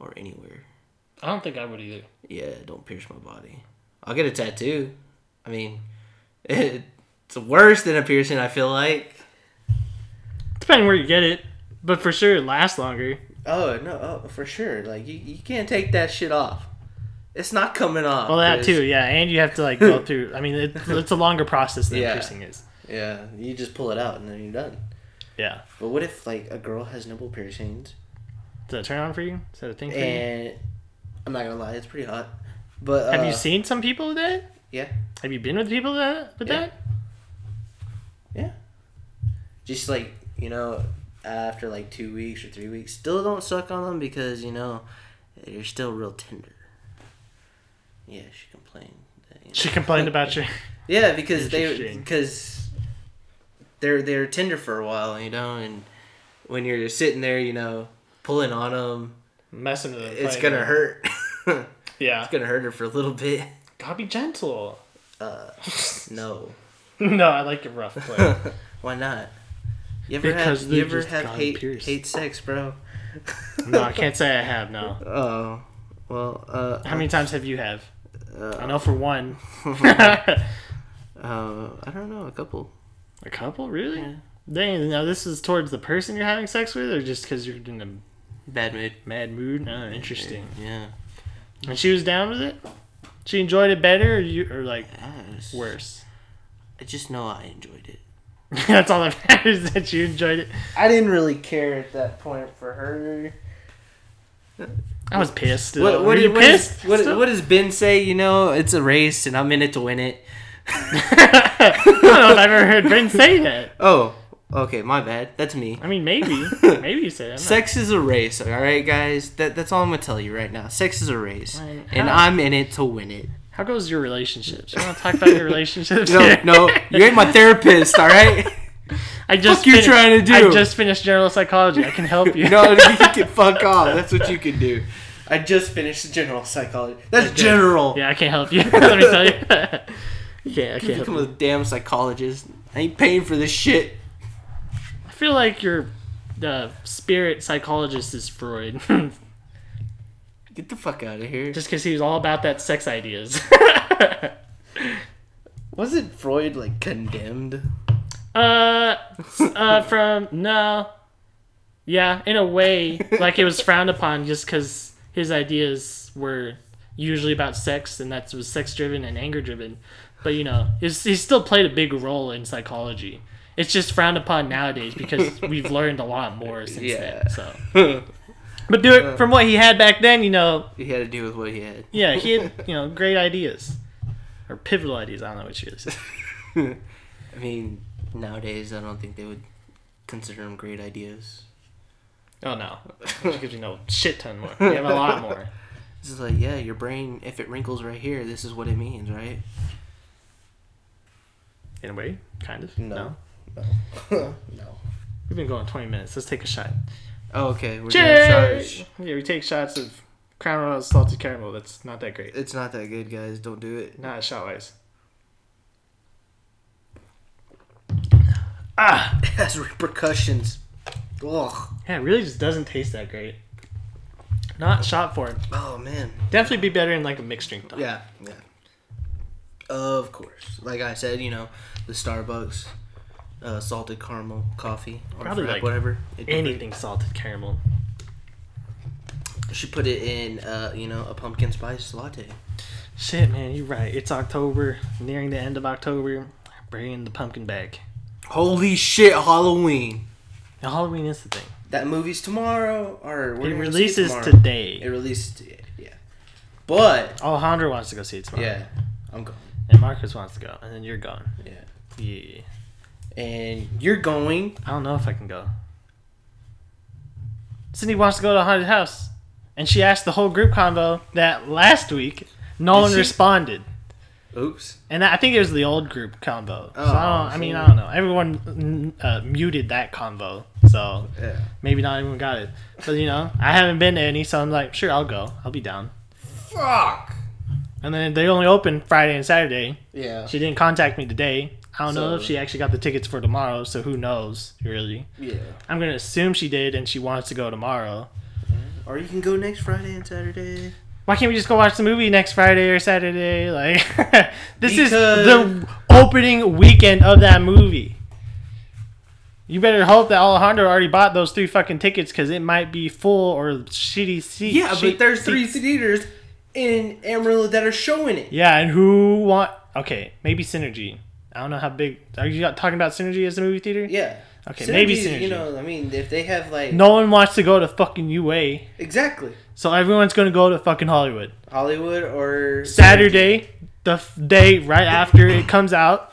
Speaker 1: or anywhere.
Speaker 2: I don't think I would either.
Speaker 1: Yeah, don't pierce my body. I'll get a tattoo. I mean, it's worse than a piercing. I feel like.
Speaker 2: Depending where you get it, but for sure it lasts longer.
Speaker 1: Oh no! Oh, for sure. Like you, you can't take that shit off. It's not coming off.
Speaker 2: Well, that
Speaker 1: It's-
Speaker 2: too. Yeah, and you have to like go through. I mean, it, it's a longer process than
Speaker 1: Yeah.
Speaker 2: piercing is.
Speaker 1: Yeah, you just pull it out and then you're done.
Speaker 2: Yeah.
Speaker 1: But what if like a girl has nipple piercings?
Speaker 2: Does that turn on for you? Is that a thing for you?
Speaker 1: and I'm not gonna lie, it's pretty hot. But
Speaker 2: Have
Speaker 1: uh,
Speaker 2: you seen some people with that?
Speaker 1: Yeah,
Speaker 2: Have you been with people that with
Speaker 1: Yeah.
Speaker 2: that?
Speaker 1: just like you know, after like two weeks or three weeks, still don't suck on them because you know you're still real tender. Yeah, she complained. That, you know-
Speaker 2: She complained about your.
Speaker 1: Yeah, because they
Speaker 2: Interesting.
Speaker 1: because they're they're tender for a while, you know, and when you're sitting there, you know, pulling on them,
Speaker 2: messing with them.
Speaker 1: it's
Speaker 2: playing
Speaker 1: gonna
Speaker 2: with
Speaker 1: hurt.
Speaker 2: Yeah.
Speaker 1: It's gonna hurt her for a little bit.
Speaker 2: Gotta be gentle.
Speaker 1: Uh, no.
Speaker 2: no, I like it rough. But
Speaker 1: Why not? You ever
Speaker 2: Because
Speaker 1: have
Speaker 2: they
Speaker 1: you ever
Speaker 2: just
Speaker 1: have
Speaker 2: got
Speaker 1: hate
Speaker 2: pierced.
Speaker 1: hate sex, bro?
Speaker 2: no, I can't say I have. No.
Speaker 1: Oh, well. Uh,
Speaker 2: How many times have you have? I
Speaker 1: Uh,
Speaker 2: know for one.
Speaker 1: uh, I don't know. A couple.
Speaker 2: A couple, really? Dang. Now this is towards the person you're having sex with, or just because you're in a
Speaker 1: Bad mood.
Speaker 2: mad mood? Oh, interesting.
Speaker 1: Yeah.
Speaker 2: And she was down with it. She enjoyed it better, or you, or like
Speaker 1: Yes.
Speaker 2: worse.
Speaker 1: I just know I enjoyed it.
Speaker 2: That's all that matters. That you enjoyed it.
Speaker 1: I didn't really care at that point for her.
Speaker 2: I was pissed. Still.
Speaker 1: What,
Speaker 2: Were
Speaker 1: what,
Speaker 2: you
Speaker 1: what, is-
Speaker 2: pissed?
Speaker 1: what,
Speaker 2: still?
Speaker 1: what does Ben say? You know, it's a race and I'm in it to win it.
Speaker 2: I don't know if I've ever heard Ben say that.
Speaker 1: Oh, okay, my bad. That's me.
Speaker 2: I mean, maybe, maybe you said. it. I'm
Speaker 1: Sex is a race, all right, guys? That, that's all I'm going to tell you right now. Sex is a race
Speaker 2: Right.
Speaker 1: and
Speaker 2: How-
Speaker 1: I'm in it to win it.
Speaker 2: not- How goes your relationships? You want to talk about your relationships?
Speaker 1: No,
Speaker 2: here?
Speaker 1: no, you ain't my therapist, all right?
Speaker 2: I just
Speaker 1: fuck you
Speaker 2: finished-
Speaker 1: trying to
Speaker 2: I
Speaker 1: do?
Speaker 2: just finished general psychology. I can help you.
Speaker 1: No, you can fuck off. That's what you can do. I just finished general psychology. That's general.
Speaker 2: Yeah, I can't help you. Let me tell you. yeah, I can't help
Speaker 1: Become
Speaker 2: you.
Speaker 1: a damn psychologist. I ain't paying for this shit.
Speaker 2: I feel like your uh, spirit psychologist is Freud,
Speaker 1: Get the fuck out of here.
Speaker 2: just because he was all about that sex ideas.
Speaker 1: Wasn't Freud like condemned?
Speaker 2: uh, s- uh, from no, yeah, in a way, like it was frowned upon just because his ideas were usually about sex, and that was sex driven and anger driven. But you know, it's, he still played a big role in psychology. It's just frowned upon nowadays because we've learned a lot more since
Speaker 1: Yeah.
Speaker 2: then. So. But do it from what he had back then, you know.
Speaker 1: he had to do with what he had.
Speaker 2: Yeah, he had you know great ideas, or pivotal ideas. I don't know what you is.
Speaker 1: I mean, nowadays I don't think they would consider them great ideas.
Speaker 2: Oh no, which gives you no shit ton more. You have a lot more.
Speaker 1: This is like, yeah, your brain, if it wrinkles right here, this is what it means, right?
Speaker 2: In a way, kind of.
Speaker 1: No.
Speaker 2: No.
Speaker 1: no.
Speaker 2: We've been going 20 minutes. Let's take a shot.
Speaker 1: Oh, okay. We're doing
Speaker 2: Cheers!
Speaker 1: shots.
Speaker 2: Yeah, we take shots of Crown Royal salted caramel. That's not that great.
Speaker 1: It's not that good, guys. Don't do it.
Speaker 2: Not shot wise.
Speaker 1: Ah, it has repercussions. Ugh.
Speaker 2: Yeah, it really just doesn't taste that great. Not shot for it.
Speaker 1: Oh man.
Speaker 2: Definitely be better in like a mixed drink. Though.
Speaker 1: Yeah. Yeah. Of course. Like I said, you know, the Starbucks, uh, salted caramel coffee, or
Speaker 2: Probably,
Speaker 1: frappe,
Speaker 2: like,
Speaker 1: whatever. It'd be
Speaker 2: Anything salted caramel.
Speaker 1: She put it in, uh, you know, a pumpkin spice latte.
Speaker 2: Shit, man, you're right. It's October, nearing the end of October. Bring in the pumpkin bag.
Speaker 1: Holy shit, Halloween!
Speaker 2: Now, Halloween is the thing.
Speaker 1: That movie's tomorrow, or we're
Speaker 2: it
Speaker 1: gonna see
Speaker 2: releases
Speaker 1: tomorrow. It
Speaker 2: today.
Speaker 1: released, yeah, yeah. But
Speaker 2: Alejandro wants to go see it tomorrow.
Speaker 1: yeah, I'm going.
Speaker 2: And Marcus wants to go, and then you're going.
Speaker 1: Yeah,
Speaker 2: Yeah.
Speaker 1: and you're going.
Speaker 2: I don't know if I can go. Cindy wants to go to a haunted house, and she asked the whole group combo that last week. No
Speaker 1: Did
Speaker 2: one
Speaker 1: she?
Speaker 2: responded,
Speaker 1: Oops.
Speaker 2: and I think it was the old group combo. so I,
Speaker 1: Oh,
Speaker 2: don't, I mean,
Speaker 1: so-
Speaker 2: I don't know. Everyone mm, uh, muted that combo, so
Speaker 1: Yeah.
Speaker 2: maybe not everyone got it. But you know, I haven't been to any, so I'm like, sure, I'll go. I'll be down.
Speaker 1: Fuck.
Speaker 2: And then they only open Friday and Saturday.
Speaker 1: Yeah.
Speaker 2: She didn't contact me today. I don't know if
Speaker 1: So-
Speaker 2: she actually got the tickets for tomorrow, so who knows, really.
Speaker 1: Yeah.
Speaker 2: I'm gonna assume she did, and she wants to go tomorrow.
Speaker 1: Or you can go next Friday and Saturday.
Speaker 2: Why can't we just go watch the movie next Friday or Saturday? Like, this is
Speaker 1: Because-
Speaker 2: the opening weekend of that movie. You better hope that Alejandro already bought those three fucking tickets because it might be full or shitty seats.
Speaker 1: Yeah, but there's three theaters in Amarillo that are showing it.
Speaker 2: Yeah, and who want? Okay, maybe Synergy. I don't know how big. Are you talking about Synergy as a movie theater?
Speaker 1: Yeah.
Speaker 2: Okay, maybe
Speaker 1: You
Speaker 2: Synergy.
Speaker 1: know, I mean, if they have like
Speaker 2: No one wants to go to fucking UA,
Speaker 1: exactly
Speaker 2: so everyone's gonna go to fucking Hollywood.
Speaker 1: Hollywood or
Speaker 2: Saturday, the f- day right after it comes out,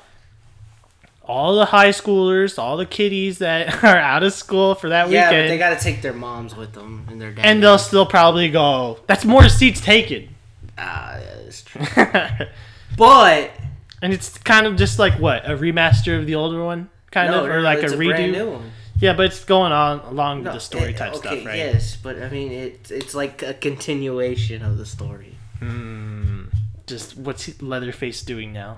Speaker 2: all the high schoolers, all the kiddies that are out of school for that
Speaker 1: Yeah, but
Speaker 2: weekend,
Speaker 1: they gotta take their moms with them and their dad.
Speaker 2: and they'll still probably go. That's more seats taken,
Speaker 1: ah, yeah, that's true.
Speaker 2: and
Speaker 1: But
Speaker 2: it's kind of just like what a remaster of the older one, kind
Speaker 1: no,
Speaker 2: of, or like
Speaker 1: it's
Speaker 2: a
Speaker 1: brand
Speaker 2: redo.
Speaker 1: new one.
Speaker 2: Yeah, but it's going on along
Speaker 1: No,
Speaker 2: the story
Speaker 1: it-
Speaker 2: type
Speaker 1: okay,
Speaker 2: stuff, right?
Speaker 1: Yes, but I mean, it's it's like a continuation of the story.
Speaker 2: Just what's he- Leatherface doing now?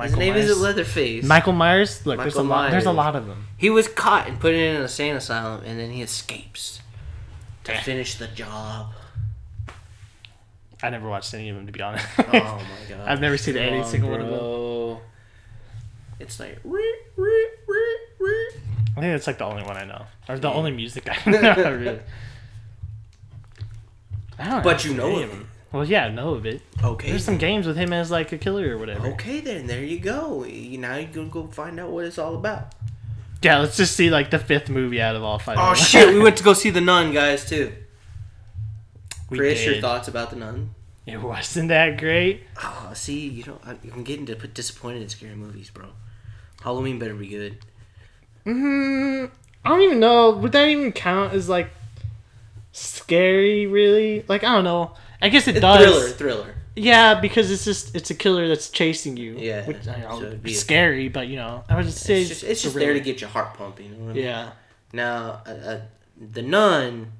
Speaker 1: His name
Speaker 2: Myers.
Speaker 1: isn't Leatherface.
Speaker 2: Michael Myers. Look, there's a
Speaker 1: Michael
Speaker 2: lot. There's a
Speaker 1: Myers.
Speaker 2: lot of them.
Speaker 1: He was caught and put in an insane asylum, and then he escapes to
Speaker 2: Eh.
Speaker 1: finish the job.
Speaker 2: I never watched any of them to be honest.
Speaker 1: Oh my god!
Speaker 2: I've never seen any single one of them.
Speaker 1: of them. It's like "Wee, wee, wee, wee."
Speaker 2: I think that's like the only one I know, or the only music I know. really. I don't
Speaker 1: But you
Speaker 2: any
Speaker 1: know of
Speaker 2: them.
Speaker 1: him.
Speaker 2: Well, yeah, I know of it.
Speaker 1: Okay.
Speaker 2: There's some games with him as like a killer or whatever.
Speaker 1: Okay then, there you go. You now you can go find out what it's all about.
Speaker 2: Yeah, let's just see like the fifth movie out of all five.
Speaker 1: Oh shit, we went to go see the nun, guys, too.
Speaker 2: We
Speaker 1: Chris, your
Speaker 2: did.
Speaker 1: thoughts about the nun?
Speaker 2: It wasn't that great.
Speaker 1: Oh, see, you know, I'm I'm getting to put disappointed in scary movies, bro. Halloween better be good.
Speaker 2: Mm, I don't even know. Would that even count as like scary? Really? Like I don't know. I guess it
Speaker 1: It's
Speaker 2: does.
Speaker 1: thriller, thriller.
Speaker 2: Yeah, because it's just it's a killer that's chasing you.
Speaker 1: Yeah,
Speaker 2: which, I
Speaker 1: so
Speaker 2: know,
Speaker 1: it'd be
Speaker 2: it's
Speaker 1: a-
Speaker 2: scary, but you know, I would just say
Speaker 1: It's just, it's just there to
Speaker 2: thriller.
Speaker 1: get your heart pumping. You know what I mean?
Speaker 2: Yeah,
Speaker 1: Now, uh, uh, the nun,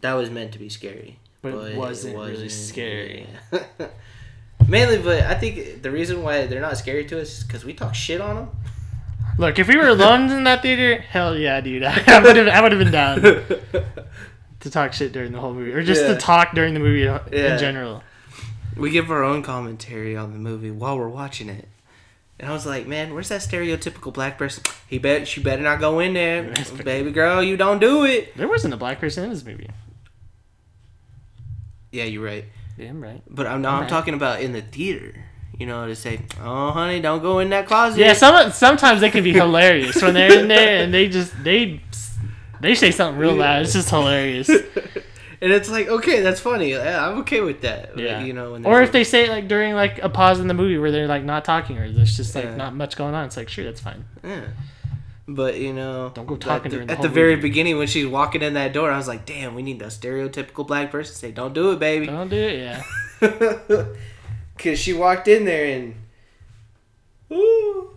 Speaker 1: that was meant to be scary,
Speaker 2: But it wasn't really scary.
Speaker 1: yeah. Mainly, but I think the reason why they're not scary to us is because we talk shit on them.
Speaker 2: Look, if we were alone in that theater, hell yeah, dude. I would have I would have been down to talk shit during the whole movie, or just
Speaker 1: Yeah.
Speaker 2: to talk during the movie
Speaker 1: Yeah.
Speaker 2: in general.
Speaker 1: we give our own commentary on the movie while we're watching it. And I was like, man, where's that stereotypical black person? He bet she better not go in there, baby girl. You don't do it.
Speaker 2: There wasn't a black person in this movie.
Speaker 1: Yeah, you're right.
Speaker 2: Damn right.
Speaker 1: But I'm now I'm
Speaker 2: Alright.
Speaker 1: talking about in the theater. You know, to say, oh honey, don't go in that closet.
Speaker 2: Yeah, some sometimes they can be hilarious when they're in there and they just they they say something real loud. It's just hilarious.
Speaker 1: and it's like, okay, that's funny. Yeah, I'm okay with that.
Speaker 2: Yeah,
Speaker 1: you know, when
Speaker 2: or if they say it, like during like a pause in the movie where they're like not talking or there's just like
Speaker 1: Yeah.
Speaker 2: not much going on. It's like sure, that's fine.
Speaker 1: Yeah. But you know,
Speaker 2: Don't go
Speaker 1: at
Speaker 2: talking
Speaker 1: the-
Speaker 2: during
Speaker 1: At
Speaker 2: the
Speaker 1: the,
Speaker 2: whole
Speaker 1: very
Speaker 2: movie.
Speaker 1: beginning, when she's walking in that door, I was like, "Damn, we need a stereotypical black person to say, don't do it, baby."
Speaker 2: Don't do it. Yeah.
Speaker 1: Cause she walked in there and, Ooh.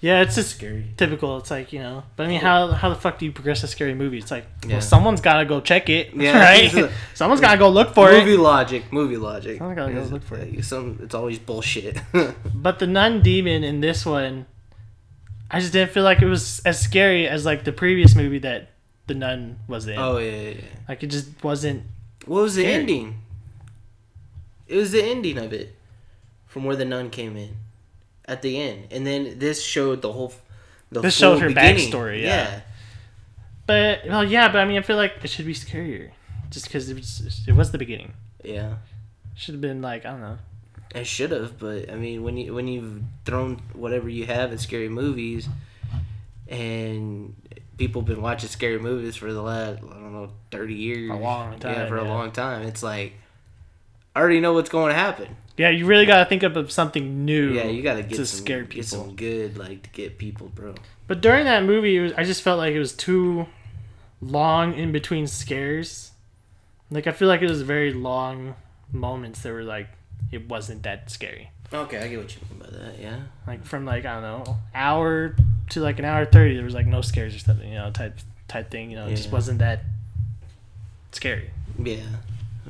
Speaker 2: Yeah, it's just
Speaker 1: Scary.
Speaker 2: typical. It's like you know, but I mean, how how the fuck do you progress a scary movie? It's like,
Speaker 1: Yeah.
Speaker 2: well, someone's gotta go check it,
Speaker 1: Yeah.
Speaker 2: right? someone's gotta go look for
Speaker 1: movie
Speaker 2: it.
Speaker 1: logic, movie logic.
Speaker 2: I gotta go look for it.
Speaker 1: Some it's always bullshit.
Speaker 2: But the nun demon in this one, I just didn't feel like it was as scary as like the previous movie that the nun was in.
Speaker 1: oh yeah, yeah, yeah.
Speaker 2: Like it just wasn't.
Speaker 1: What was the
Speaker 2: Scary.
Speaker 1: ending? It was the ending of it, from where the nun came in, at the end, and then this showed the whole. The
Speaker 2: This showed
Speaker 1: full
Speaker 2: her backstory, yeah. But well, yeah, but I mean, I feel like it should be scarier, just because it was it was the beginning.
Speaker 1: yeah, yeah.
Speaker 2: Should have been like I don't know.
Speaker 1: I should have, but I mean, when you when you've thrown whatever you have at scary movies, and people been watching scary movies for the last I don't know thirty years,
Speaker 2: A long
Speaker 1: yeah,
Speaker 2: time,
Speaker 1: for a
Speaker 2: yeah.
Speaker 1: long time, it's like I already know what's going to happen.
Speaker 2: Yeah, you really gotta think up of something new.
Speaker 1: yeah, you got to get
Speaker 2: to
Speaker 1: some,
Speaker 2: scare
Speaker 1: get
Speaker 2: people.
Speaker 1: some good like to get people, bro.
Speaker 2: But during that movie, it was, I just felt like it was too long in between scares. Like I feel like it was very long moments that were like it wasn't that scary.
Speaker 1: Okay, I get what you mean by that. Yeah,
Speaker 2: Like from like I don't know hour to like an hour thirty, there was like no scares or something, you know, type type thing. You know, it just
Speaker 1: Yeah.
Speaker 2: wasn't that scary.
Speaker 1: yeah.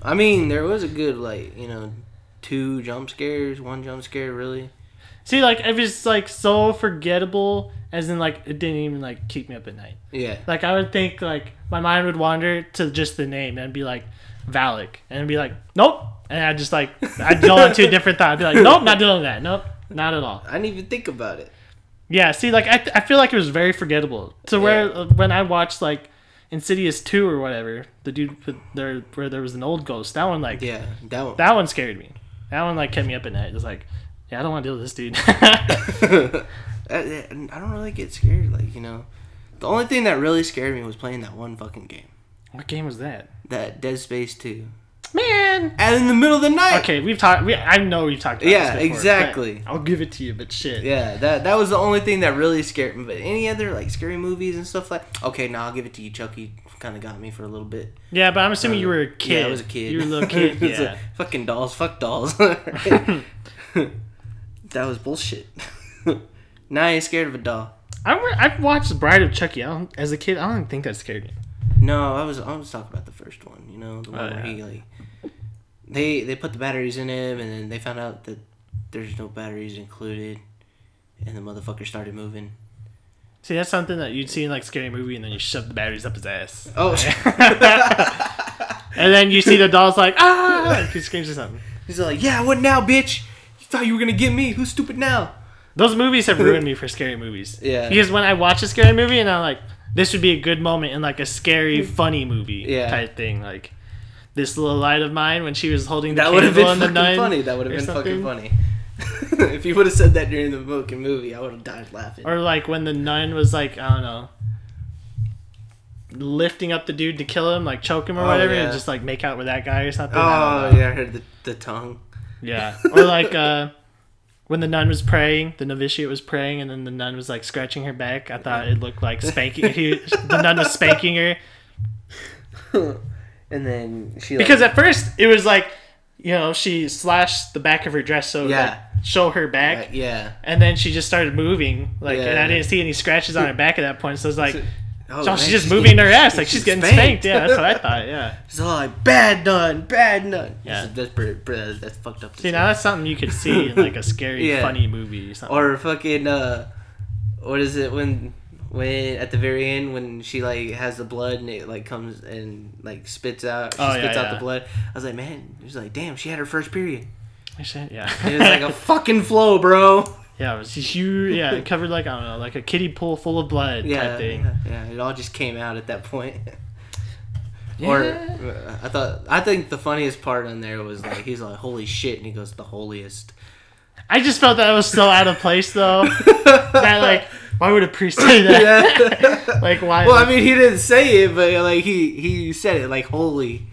Speaker 1: I mean, there was a good like you know, two jump scares, one jump scare, really.
Speaker 2: See, like it was like so forgettable, as in like it didn't even like keep me up at night.
Speaker 1: Yeah,
Speaker 2: Like I would think like my mind would wander to just the name and be like Valak and be like nope and I just like I'd go on to a different thought. I'd be like nope, not dealing with that. Nope, not at all.
Speaker 1: I didn't even think about it.
Speaker 2: Yeah, see like I, th- I feel like it was very forgettable. To where uh, when I watched like Insidious 2 or whatever, the dude with there where there was an old ghost. That one like
Speaker 1: Yeah, that one.
Speaker 2: that one scared me. That one like kept me up at night. It was like yeah, I don't want to deal with this dude.
Speaker 1: I, I I don't really get scared, like you know. The only thing that really scared me was playing that one fucking game,
Speaker 2: what game was that?
Speaker 1: that Dead Space Two,
Speaker 2: Man,
Speaker 1: and in the middle of the night.
Speaker 2: Okay, we've talked. We, I know we've talked about
Speaker 1: Yeah,
Speaker 2: this before,
Speaker 1: exactly.
Speaker 2: but I'll give it to you, but shit.
Speaker 1: Yeah, that that was the only thing that really scared me. But any other like scary movies and stuff like okay, now I'll give it to you. Chucky kind of got me for a little bit.
Speaker 2: Yeah, but I'm assuming you were a kid.
Speaker 1: Um, Yeah, I was a kid.
Speaker 2: You were a little
Speaker 1: It
Speaker 2: kid.
Speaker 1: was
Speaker 2: yeah.
Speaker 1: like, fucking dolls. Fuck dolls. that was bullshit. now I ain't scared of a doll.
Speaker 2: I re- I've watched Bride of Chucky. I don't, as a kid, I don't think that scared me.
Speaker 1: No, I was I was talking about the first one. You know, the one
Speaker 2: Oh,
Speaker 1: where
Speaker 2: yeah.
Speaker 1: he like they they put the batteries in him, and then they found out that there's no batteries included, and the motherfucker started moving.
Speaker 2: See, that's something that you'd see in like scary movie, and then you shove the batteries up his ass,
Speaker 1: Oh,
Speaker 2: and then you see the doll's like ah, and he screams or something.
Speaker 1: he's like, yeah, what now, bitch? You thought you were gonna get me? Who's stupid now?
Speaker 2: Those movies have ruined me for scary movies.
Speaker 1: Yeah.
Speaker 2: Because when I watch a scary movie and I'm like, this would be a good moment in like a scary, funny movie
Speaker 1: Yeah.
Speaker 2: type thing. Like this little light of mine when she was holding the
Speaker 1: That would
Speaker 2: candle
Speaker 1: have been
Speaker 2: in the
Speaker 1: fucking
Speaker 2: nun.
Speaker 1: funny. That would
Speaker 2: or
Speaker 1: have been
Speaker 2: something.
Speaker 1: fucking funny. if you would have said that during the fucking movie, I would have died laughing.
Speaker 2: Or like when the nun was like, I don't know, lifting up the dude to kill him, like choke him or
Speaker 1: Oh,
Speaker 2: whatever,
Speaker 1: yeah.
Speaker 2: and just like make out with that guy or something. I
Speaker 1: oh
Speaker 2: don't know.
Speaker 1: yeah, I heard the, the tongue.
Speaker 2: yeah. Or like uh, when the nun was praying, the novitiate was praying, and then the nun was like scratching her back. I thought it looked like spanking. he, the nun was spanking her.
Speaker 1: and then she like,
Speaker 2: Because at first it was like, you know, she slashed the back of her dress so it would,
Speaker 1: Yeah.
Speaker 2: like, show her back,
Speaker 1: like, yeah.
Speaker 2: and then she just started moving, like, and
Speaker 1: Yeah.
Speaker 2: I didn't see any scratches on her back at that point. So it's like,
Speaker 1: So- Oh,
Speaker 2: so
Speaker 1: man,
Speaker 2: she's just moving
Speaker 1: getting-
Speaker 2: her ass, like she's getting spanked. Yeah, that's what I thought. Yeah.
Speaker 1: It's all like bad nun, bad nun.
Speaker 2: Yeah.
Speaker 1: that's that's, pretty, pretty- that's, that's fucked up. to
Speaker 2: See,
Speaker 1: say.
Speaker 2: now that's something you could see in like a scary,
Speaker 1: Yeah.
Speaker 2: funny movie or something.
Speaker 1: or fucking uh, what is it when when at the very end when she like has the blood and it like comes and like spits out, she
Speaker 2: Oh, yeah,
Speaker 1: spits out
Speaker 2: yeah.
Speaker 1: the blood. I was like, man, it was like, damn, she had her first period.
Speaker 2: Shit, yeah.
Speaker 1: It was like a fucking flow, bro.
Speaker 2: yeah, it was huge. Yeah, it covered like I don't know, like a kiddie pool full of blood
Speaker 1: Yeah,
Speaker 2: type thing.
Speaker 1: yeah, yeah, it all just came out at that point.
Speaker 2: Yeah.
Speaker 1: Or uh, I thought I think the funniest part on there was like he's like holy shit and he goes the holiest.
Speaker 2: I just felt that it was so out of place though. that like, why would a priest say that? Like, why?
Speaker 1: Well, I mean, he didn't say it, but like he he said it like holy,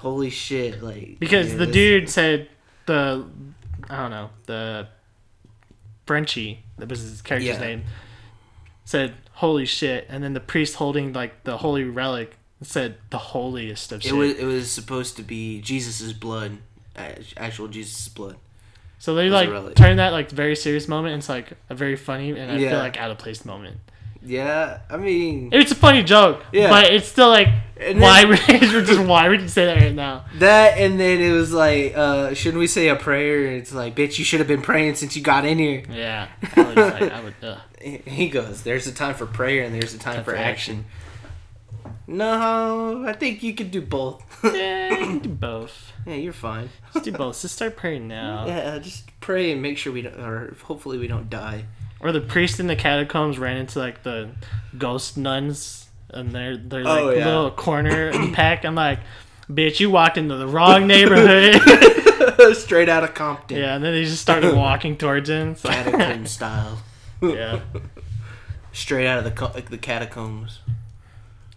Speaker 1: holy shit, like
Speaker 2: Because
Speaker 1: yeah,
Speaker 2: the
Speaker 1: this-
Speaker 2: dude said the I don't know, the Frenchie, that was his character's
Speaker 1: Yeah.
Speaker 2: name, said, Holy shit and then the priest holding like the holy relic said the holiest of
Speaker 1: It
Speaker 2: shit.
Speaker 1: was it was supposed to be Jesus's blood, a- actual Jesus's blood.
Speaker 2: so they
Speaker 1: was a
Speaker 2: like
Speaker 1: relic.
Speaker 2: turned that like very serious moment into like a very funny and I
Speaker 1: Yeah.
Speaker 2: feel like out of place moment.
Speaker 1: Yeah, I mean
Speaker 2: It's a funny joke.
Speaker 1: Yeah.
Speaker 2: But it's still like
Speaker 1: And
Speaker 2: why
Speaker 1: then-
Speaker 2: would just why would you say that right now?
Speaker 1: that, and then it was like, uh, shouldn't we say a prayer? It's like, bitch, you should have been praying since you got in here.
Speaker 2: Yeah. I would just, like I would ugh.
Speaker 1: And He goes, "There's a time for prayer and there's a time,
Speaker 2: Time
Speaker 1: for
Speaker 2: for
Speaker 1: action." No, I think you could do both.
Speaker 2: Yeah, you can do both.
Speaker 1: yeah, you're fine.
Speaker 2: Just do both. Just start praying now.
Speaker 1: Yeah, just pray and make sure we don't, or hopefully we don't die.
Speaker 2: Or the priest in the catacombs ran into like the ghost nuns and their their like
Speaker 1: Oh, yeah.
Speaker 2: little corner and pack. I'm like, bitch, you walked into the wrong neighborhood.
Speaker 1: Straight out of Compton,
Speaker 2: yeah, and then they just started walking towards him. So,
Speaker 1: catacomb style.
Speaker 2: yeah,
Speaker 1: Straight out of the co- like the catacombs.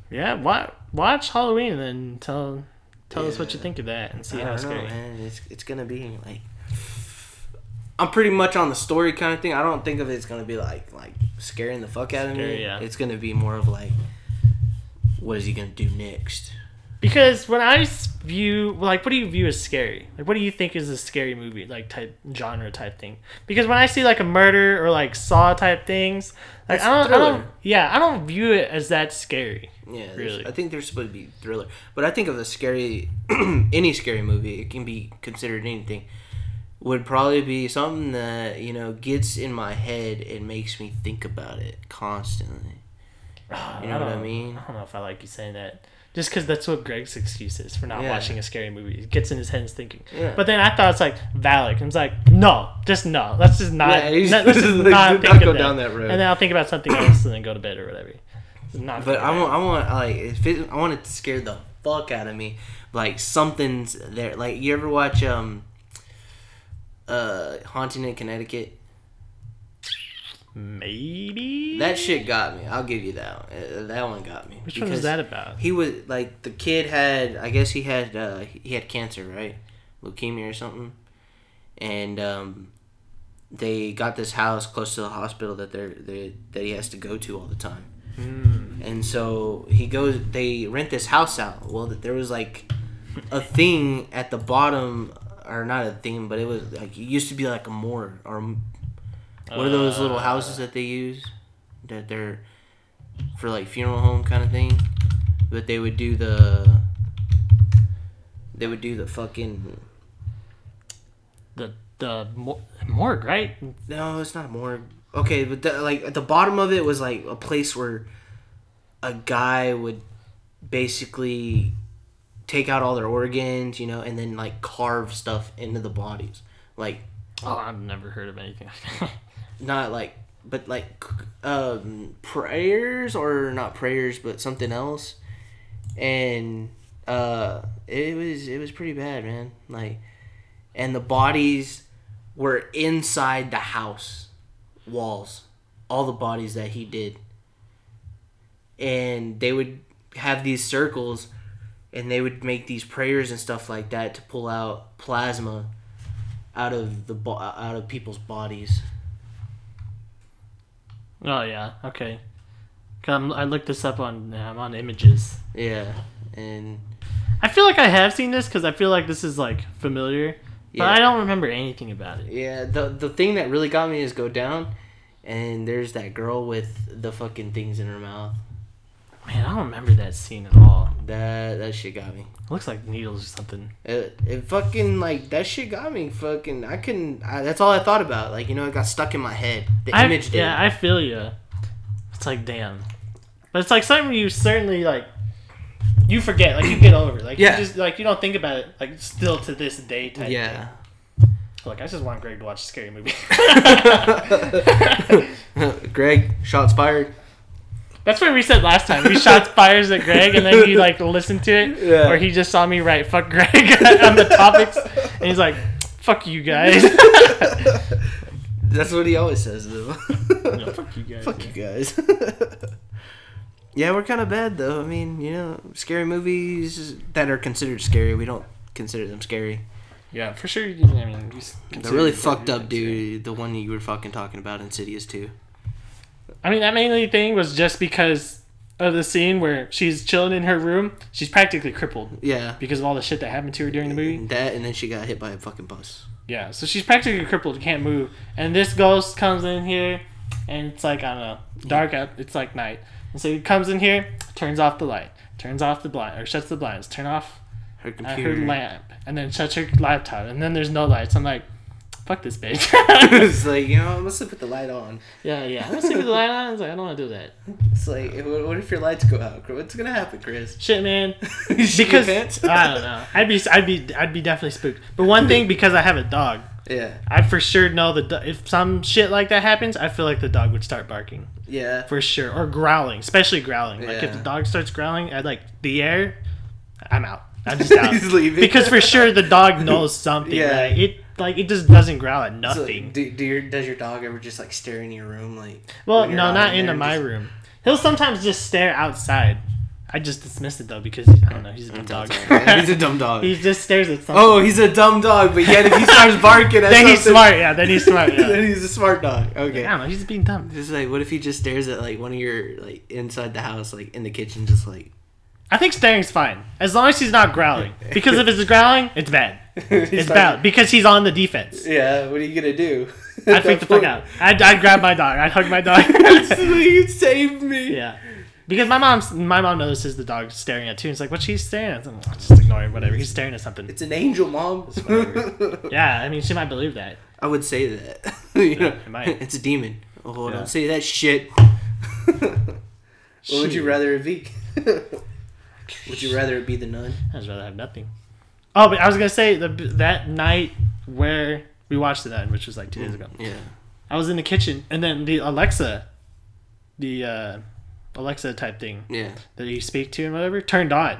Speaker 2: yeah. Watch, watch Halloween and then tell tell us what you
Speaker 1: Yeah.
Speaker 2: think of that and see
Speaker 1: I
Speaker 2: how
Speaker 1: don't know,
Speaker 2: scary.
Speaker 1: man. It's it's gonna be like I'm pretty much on the story kind of thing. I don't think of it's gonna be like like scaring the fuck out of
Speaker 2: Scary,
Speaker 1: me.
Speaker 2: yeah.
Speaker 1: It's gonna be more of like, what is he gonna do next?
Speaker 2: Because when I s- view, like, what do you view as scary? Like, what do you think is a scary movie, like, type genre type thing? Because when I see like a murder or like Saw type things, like,
Speaker 1: It's
Speaker 2: I don't, I
Speaker 1: thriller.
Speaker 2: don't, yeah, I don't view it as that scary.
Speaker 1: Yeah, there's-
Speaker 2: Really.
Speaker 1: I think there's supposed to be thriller, but I think of a scary, any scary movie, it can be considered anything. Would probably be something that you know gets in my head and makes me think about it constantly. You know what I
Speaker 2: don't-
Speaker 1: mean?
Speaker 2: I don't know if I like you saying that. Just because that's what Greg's excuse is for not
Speaker 1: Yeah.
Speaker 2: watching a scary movie. It gets in his head and he's thinking.
Speaker 1: Yeah.
Speaker 2: But then I thought it's like Valak. I was like, no, just no. Let's just not.
Speaker 1: Yeah, he's-
Speaker 2: let- let's just
Speaker 1: like,
Speaker 2: not
Speaker 1: do
Speaker 2: think
Speaker 1: not
Speaker 2: of
Speaker 1: go
Speaker 2: that.
Speaker 1: down that road.
Speaker 2: And then I'll think about something else and then go to bed or whatever. Just Not
Speaker 1: But
Speaker 2: think
Speaker 1: I
Speaker 2: about
Speaker 1: want, I want like if it, I want it to scare the fuck out of me. Like something's there. Like you ever watch um, uh, Haunting in Connecticut?
Speaker 2: it. maybe
Speaker 1: That shit got me. I'll give you that. One. Uh, That one got me.
Speaker 2: Which one was
Speaker 1: Because-
Speaker 2: that about?
Speaker 1: he was like the kid had i guess he had uh he had cancer right leukemia or something and um they got this house close to the hospital that they're, they that he has to go to all the time and so he goes they rent this house out well th- there was like a thing at the bottom or not a thing but it was like it used to be like a morgue or m- what are those little houses that they use that they're for like funeral home kind of thing but they would do the they would do the fucking
Speaker 2: the mor- morgue, right?
Speaker 1: No, it's not a morgue. Okay, but the, like at the bottom of it was like a place where a guy would basically take out all their organs, you know, and then like carve stuff into the bodies. Like
Speaker 2: Oh, I've never heard of anything. like that.
Speaker 1: not like but like c- um prayers or not prayers but something else and uh it was it was pretty bad man like and the bodies were inside the house walls all the bodies that he did and they would have these circles and they would make these prayers and stuff like that to pull out plasma out of the bo- out of people's bodies
Speaker 2: oh yeah, okay. Come, I looked this up on I'm on images.
Speaker 1: Yeah, and
Speaker 2: I feel like I have seen this because I feel like this is like familiar, but
Speaker 1: Yeah.
Speaker 2: I don't remember anything about it.
Speaker 1: yeah, the the thing that really got me is go down, and there's that girl with the fucking things in her mouth.
Speaker 2: Man, I don't remember that scene at all.
Speaker 1: That that shit got me.
Speaker 2: It looks like needles or something.
Speaker 1: It, it fucking like that shit got me. Fucking I couldn't. I, that's all I thought about. Like you know, it got stuck in my head. The
Speaker 2: I,
Speaker 1: image did.
Speaker 2: yeah, I feel you. It's like damn, but it's like something you certainly like. You forget, like you get over, like
Speaker 1: Yeah.
Speaker 2: you just like you don't think about it, like still to this day type.
Speaker 1: yeah.
Speaker 2: Thing. Like I just want Greg to watch a scary movie.
Speaker 1: Greg, shots fired.
Speaker 2: That's what we said last time. We shot fires at Greg, and then he like listened to it,
Speaker 1: Yeah.
Speaker 2: or he just saw me write "fuck Greg" on the topics, and he's like, "Fuck you guys."
Speaker 1: That's what he always says though.
Speaker 2: Yeah, fuck you guys.
Speaker 1: Fuck you guys. yeah, we're kind of bad though. I mean, you know, scary movies that are considered scary, we don't consider them scary.
Speaker 2: Yeah, for sure. You, I mean, you
Speaker 1: The really fucked up dude, the one you were fucking talking about, Insidious too.
Speaker 2: I mean, that mainly thing was just because of the scene where she's chilling in her room. She's practically crippled
Speaker 1: Yeah.
Speaker 2: because of all the shit that happened to her during the movie.
Speaker 1: That and then she got hit by a fucking bus.
Speaker 2: Yeah, so she's practically crippled, can't move. And this ghost comes in here, and it's like, I don't know, dark out, it's like night. And so he comes in here, turns off the light, turns off the blind, or shuts the blinds, turn off
Speaker 1: Her
Speaker 2: uh,
Speaker 1: computer.
Speaker 2: her lamp, and then shuts her laptop, and then there's no lights. I'm like, fuck this bitch.
Speaker 1: it's like, you know, I'm gonna put the light on.
Speaker 2: yeah, yeah, I'm gonna sleep with the light on. It's like, I don't wanna do that.
Speaker 1: It's like, what what if your lights go out? What's gonna happen, Chris?
Speaker 2: Shit, man.
Speaker 1: because
Speaker 2: Because, I don't know. I'd be, I'd be, I'd be definitely spooked. But one thing, because I have a dog,
Speaker 1: Yeah,
Speaker 2: I for sure know the do- if some shit like that happens, I feel like the dog would start barking.
Speaker 1: yeah.
Speaker 2: For sure. Or growling, especially growling. Like if
Speaker 1: Yeah.
Speaker 2: the dog starts growling at like the air, I'm out. I'm just out.
Speaker 1: He's leaving.
Speaker 2: Because for sure the dog knows something.
Speaker 1: Yeah.
Speaker 2: Like it like it just doesn't growl at
Speaker 1: So,
Speaker 2: nothing.
Speaker 1: do, do your does your dog ever just like stare in your room like?
Speaker 2: well,
Speaker 1: when you're
Speaker 2: no,
Speaker 1: out
Speaker 2: not
Speaker 1: in
Speaker 2: into
Speaker 1: there,
Speaker 2: my
Speaker 1: just-
Speaker 2: room. He'll sometimes just stare outside. I just dismissed it though because I don't know, he's a dumb dog.
Speaker 1: he's a dumb dog.
Speaker 2: he just stares at something.
Speaker 1: oh, he's a dumb dog, but yet if he starts barking, at
Speaker 2: then he's
Speaker 1: something-
Speaker 2: smart, yeah, then he's smart. Yeah.
Speaker 1: then he's a smart dog.
Speaker 2: I
Speaker 1: Okay.
Speaker 2: don't know, he's being dumb.
Speaker 1: Just like, what if he just stares at like one of your like inside the house, like in the kitchen, just like
Speaker 2: I think staring's fine. As long as he's not growling. Because if it's growling, it's bad.
Speaker 1: he's
Speaker 2: It's bad because he's on the defense.
Speaker 1: Yeah, what are you gonna do?
Speaker 2: I'd freak the fuck out. I'd, I'd grab my dog. I'd hug my dog.
Speaker 1: you saved me.
Speaker 2: yeah, because my mom's my mom notices the dog staring at too. And it's like, what's she staring at? I'm like, just ignore it. Whatever. He's staring at something.
Speaker 1: It's an angel, mom.
Speaker 2: Yeah, I mean, she might believe that.
Speaker 1: I would say that. you know,
Speaker 2: it might.
Speaker 1: It's a demon. Oh,
Speaker 2: Yeah.
Speaker 1: don't say that shit. What would you
Speaker 2: Shit.
Speaker 1: rather it be? would you rather it be the nun?
Speaker 2: I'd rather have nothing. Oh, but I was gonna say the that night where we watched the nun, which was like two days ago.
Speaker 1: Yeah.
Speaker 2: I was in the kitchen, and then the Alexa, the uh, Alexa type thing
Speaker 1: Yeah.
Speaker 2: that you speak to and whatever turned on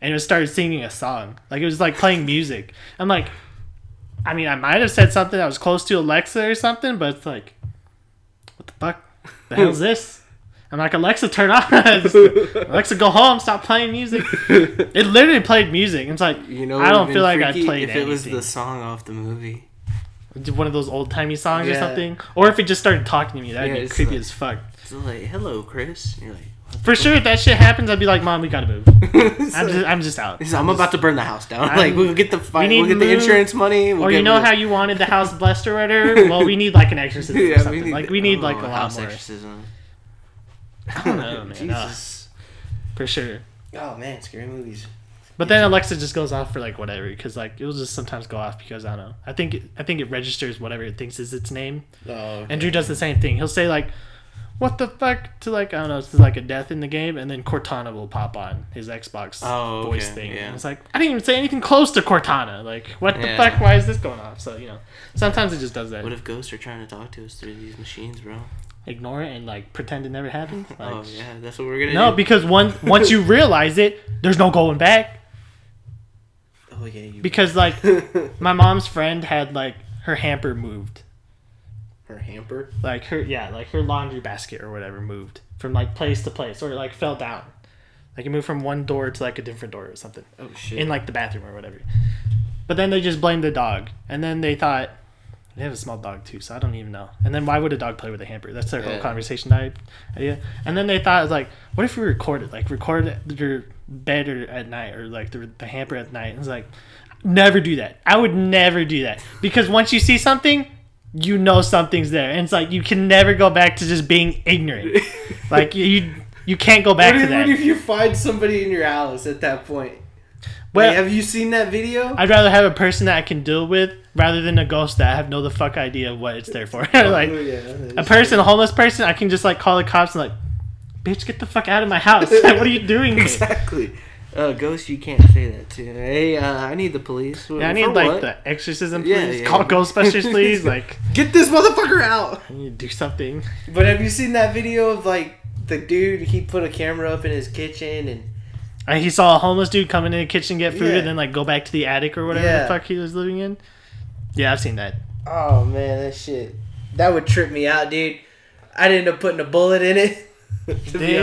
Speaker 2: and it started singing a song like it was like playing music i'm like i mean i might have said something that was close to alexa or something but it's like what the fuck the hell's this i'm like alexa turn off alexa go home stop playing music it literally played music it's like
Speaker 1: You know,
Speaker 2: i don't
Speaker 1: would've
Speaker 2: feel
Speaker 1: been
Speaker 2: like i
Speaker 1: freaky
Speaker 2: played
Speaker 1: if it was the
Speaker 2: anything.
Speaker 1: song off the movie.
Speaker 2: one of those old-timey songs or
Speaker 1: Yeah.
Speaker 2: something or if it just started talking to me that'd
Speaker 1: Yeah,
Speaker 2: be
Speaker 1: it's
Speaker 2: creepy
Speaker 1: like-
Speaker 2: as fuck
Speaker 1: It's like, hello, Chris. And you're like,
Speaker 2: for sure if that shit happens i'd be like mom we gotta move
Speaker 1: It's
Speaker 2: i'm
Speaker 1: like-
Speaker 2: just i'm just out
Speaker 1: He's like, I'm about to burn the house down.
Speaker 2: I'm-
Speaker 1: like we'll get the fi-
Speaker 2: We need
Speaker 1: we'll get
Speaker 2: to
Speaker 1: the
Speaker 2: move.
Speaker 1: insurance money. We'll
Speaker 2: or you
Speaker 1: get
Speaker 2: know
Speaker 1: rid
Speaker 2: how you wanted the house blessed or whatever. Well, we need like an exorcism
Speaker 1: Yeah,
Speaker 2: or something.
Speaker 1: we need
Speaker 2: like we need like
Speaker 1: oh,
Speaker 2: a lot
Speaker 1: house
Speaker 2: more.
Speaker 1: exorcism.
Speaker 2: I don't know, man. Uh,
Speaker 1: Jesus.
Speaker 2: for sure.
Speaker 1: Oh man, scary movies.
Speaker 2: But then Alexa just goes off for like whatever, because like it'll just sometimes go off because I don't know. I think it, I think it registers whatever it thinks is its name.
Speaker 1: Oh, okay.
Speaker 2: And Drew does the same thing. He'll say like, "What the fuck?" to like I don't know, to like a death in the game, and then Cortana will pop on his Xbox
Speaker 1: Oh, okay,
Speaker 2: voice thing.
Speaker 1: yeah.
Speaker 2: And it's like I didn't even say anything close to Cortana. Like, what the
Speaker 1: Yeah.
Speaker 2: fuck? Why is this going off? So you know, sometimes it just does that.
Speaker 1: What if ghosts are trying to talk to us through these machines, bro?
Speaker 2: Ignore it and like pretend it never happened. Like,
Speaker 1: oh yeah, that's what we're gonna
Speaker 2: No,
Speaker 1: do.
Speaker 2: because once once you realize it, there's no going back.
Speaker 1: oh yeah, you.
Speaker 2: Because like my mom's friend had like her hamper moved.
Speaker 1: her hamper.
Speaker 2: Like her yeah, like her laundry basket or whatever moved from like place to place or like fell down. Like it moved from one door to like a different door or something.
Speaker 1: Oh shit.
Speaker 2: In like the bathroom or whatever. But then they just blamed the dog. And then they thought they have a small dog too, so I don't even know. And then why would a dog play with a hamper? That's their whole
Speaker 1: Yeah.
Speaker 2: conversation I- idea. And then they thought like, what if we record it? Like record your bed or at night or like the, the hamper at night. And it's like, never do that. I would never do that because once you see something, you know something's there, and it's like you can never go back to just being ignorant. like you- you, you can't go back
Speaker 1: what,
Speaker 2: to
Speaker 1: if, what
Speaker 2: that.
Speaker 1: if you find somebody in your house at that point? Wait,
Speaker 2: Well,
Speaker 1: have you seen that video?
Speaker 2: I'd rather have a person that I can deal with rather than a ghost that I have no the fuck idea what it's there for. like.
Speaker 1: oh, yeah,
Speaker 2: a person, a homeless person, I can just like call the cops and like, bitch, get the fuck out of my house. what are you doing? here?"
Speaker 1: exactly. Uh, ghost, you can't say that to. Hey, uh, I need the police.
Speaker 2: Yeah, I need
Speaker 1: For
Speaker 2: like
Speaker 1: what?
Speaker 2: the exorcism, please.
Speaker 1: Yeah, yeah.
Speaker 2: Call Ghostbusters, please. like,
Speaker 1: Get this motherfucker out.
Speaker 2: I need to do something.
Speaker 1: But have you seen that video of like the dude? He put a camera up in his kitchen and
Speaker 2: And Uh, he saw a homeless dude come into the kitchen get food
Speaker 1: Yeah.
Speaker 2: and then like go back to the attic or whatever
Speaker 1: Yeah.
Speaker 2: the fuck he was living in. Yeah, I've seen that.
Speaker 1: oh man, that shit that would trip me out, dude. I'd end up putting a bullet in it. To be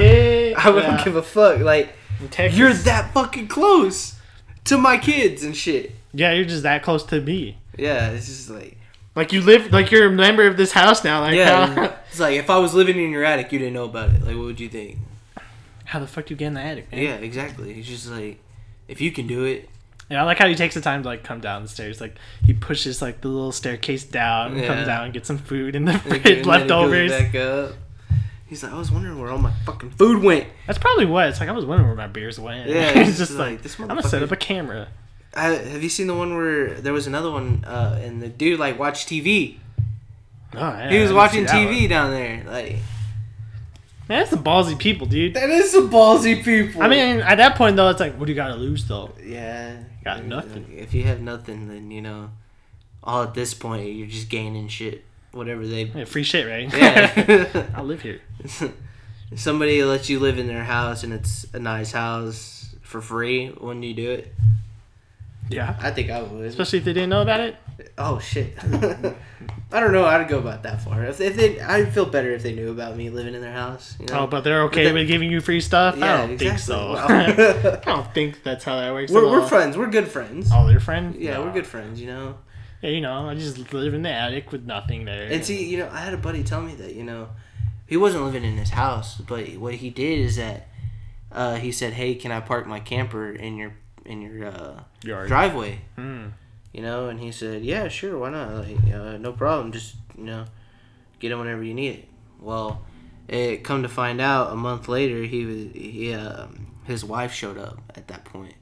Speaker 1: honest. I wouldn't give a fuck. Like
Speaker 2: In Texas-
Speaker 1: you're that fucking close to my kids and shit.
Speaker 2: yeah, you're just that close to me.
Speaker 1: Yeah, it's just like
Speaker 2: Like you live, like you're a member of this house now. Like,
Speaker 1: yeah.
Speaker 2: how,
Speaker 1: it's like if I was living in your attic, you didn't know about it. Like what would you think?
Speaker 2: how the fuck do you get in the attic, man?
Speaker 1: Yeah, exactly. It's just like if you can do it,
Speaker 2: Yeah, I like how he takes the time to like come down the stairs. Like he pushes like the little staircase down, and
Speaker 1: Yeah.
Speaker 2: comes down and gets some food in the
Speaker 1: like,
Speaker 2: fridge
Speaker 1: and then it goes
Speaker 2: leftovers.
Speaker 1: Back up. He's like, I was wondering where all my fucking food went.
Speaker 2: That's probably what it's like. I was wondering where my beers went.
Speaker 1: Yeah,
Speaker 2: it's,
Speaker 1: it's
Speaker 2: just
Speaker 1: just
Speaker 2: like,
Speaker 1: like, this
Speaker 2: I'm gonna set
Speaker 1: motherfucker-
Speaker 2: up a camera.
Speaker 1: I, have you seen the one where there was another one uh, and the dude like watched TV?
Speaker 2: Oh, yeah,
Speaker 1: he was
Speaker 2: I didn't
Speaker 1: watching
Speaker 2: see that
Speaker 1: TV
Speaker 2: one.
Speaker 1: down there. Like
Speaker 2: Man, that's the ballsy people, dude.
Speaker 1: that is some ballsy people.
Speaker 2: I mean, at that point though, it's like, what do you gotta lose though?
Speaker 1: yeah,
Speaker 2: Got nothing.
Speaker 1: If you have nothing, then you know, all at this point you're just gaining shit. Whatever they,
Speaker 2: Yeah, free shit, right?
Speaker 1: yeah.
Speaker 2: I live here.
Speaker 1: Somebody lets you live in their house and it's a nice house for free. Wouldn't you do it?
Speaker 2: Yeah.
Speaker 1: I think I would.
Speaker 2: Especially if they didn't know about it.
Speaker 1: Oh shit! I don't know. I'd go about that far. If, if they, I'd feel better if they knew about me living in their house. You know?
Speaker 2: Oh, but they're okay
Speaker 1: then-
Speaker 2: with giving you free stuff. I
Speaker 1: Yeah,
Speaker 2: don't think
Speaker 1: exactly.
Speaker 2: so.
Speaker 1: Wow.
Speaker 2: I don't think that's how that works.
Speaker 1: we're,
Speaker 2: at
Speaker 1: we're
Speaker 2: all.
Speaker 1: friends. We're good friends.
Speaker 2: Oh, they're friends.
Speaker 1: Yeah, we're
Speaker 2: No.
Speaker 1: good friends. You know.
Speaker 2: Yeah, you know, I just live in the attic with nothing there.
Speaker 1: And see, you know, I had a buddy tell me that you know, he wasn't living in his house, but what he did is that uh, he said, "Hey, can I park my camper in your in your uh,
Speaker 2: Yard.
Speaker 1: driveway?"
Speaker 2: Hmm.
Speaker 1: You know, and he said, "Yeah, sure, why not? Like, uh, no problem. Just you know, get it whenever you need it." Well, it come to find out, a month later, he was he um, his wife showed up at that point,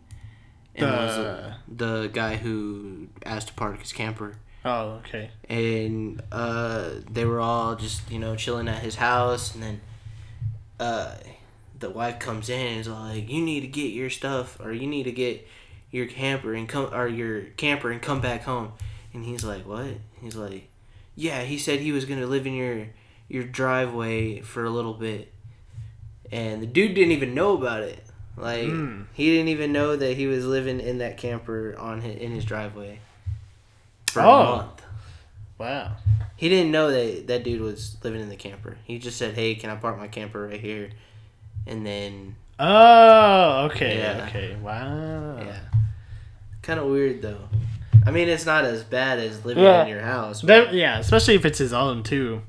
Speaker 1: and was uh, the guy who asked to park his camper,
Speaker 2: Oh, okay.
Speaker 1: and uh, they were all just you know chilling at his house, and then uh, the wife comes in and is like, "You need to get your stuff, or you need to get your camper and come, or your camper and come back home." And he's like, "What?" He's like, "Yeah, he said he was gonna live in your your driveway for a little bit," and the dude didn't even know about it. Like
Speaker 2: Mm.
Speaker 1: he didn't even know that he was living in that camper on his, in his driveway for
Speaker 2: Oh.
Speaker 1: a month.
Speaker 2: Wow.
Speaker 1: He didn't know that that dude was living in the camper. He just said, "Hey, can I park my camper right here?" And then
Speaker 2: Oh, okay.
Speaker 1: Yeah.
Speaker 2: Okay. Wow.
Speaker 1: yeah, kind of weird though. I mean, it's not as bad as living
Speaker 2: Yeah.
Speaker 1: in your house.
Speaker 2: That- yeah, especially if it's his own too.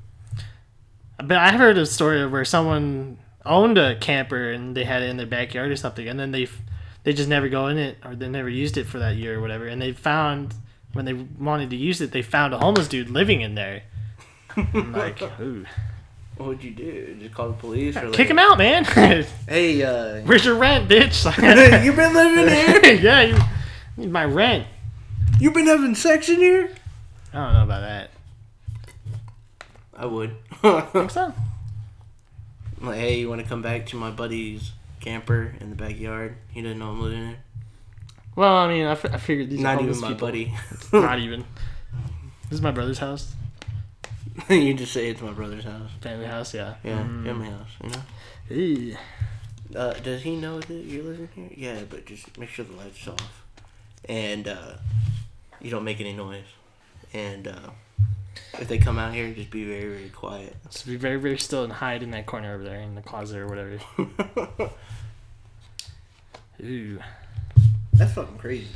Speaker 2: But I heard a story of where someone owned a camper and they had it in their backyard or something, and then they f- they just never go in it or they never used it for that year or whatever, and they found when they wanted to use it, they found a homeless dude living in there. I'm like, ooh,
Speaker 1: What would you do? Just call the police or like,
Speaker 2: Kick him out, man.
Speaker 1: Hey, uh,
Speaker 2: Where's your rent, bitch?
Speaker 1: you've been living here.
Speaker 2: yeah, you need my rent.
Speaker 1: You've been having sex in here.
Speaker 2: I don't know about that.
Speaker 1: I would.
Speaker 2: Think so?
Speaker 1: I'm like, hey, you want to come back to my buddy's camper in the backyard? He doesn't know I'm living there.
Speaker 2: Well, I mean, I, f- I figured these
Speaker 1: Not
Speaker 2: are
Speaker 1: even
Speaker 2: homeless
Speaker 1: my
Speaker 2: people.
Speaker 1: buddy.
Speaker 2: Not e- even. This is my brother's house,
Speaker 1: you just say it's my brother's house.
Speaker 2: family house. Yeah. Mm,
Speaker 1: Yeah, family house. You know.
Speaker 2: Ew.
Speaker 1: Uh, does he know that you're living here? Yeah, but just make sure the lights off, and uh, you don't make any noise. And uh, if they come out here, just be very, very quiet.
Speaker 2: So be very, very still and hide in that corner over there in the closet or whatever. Ooh.
Speaker 1: That's fucking crazy.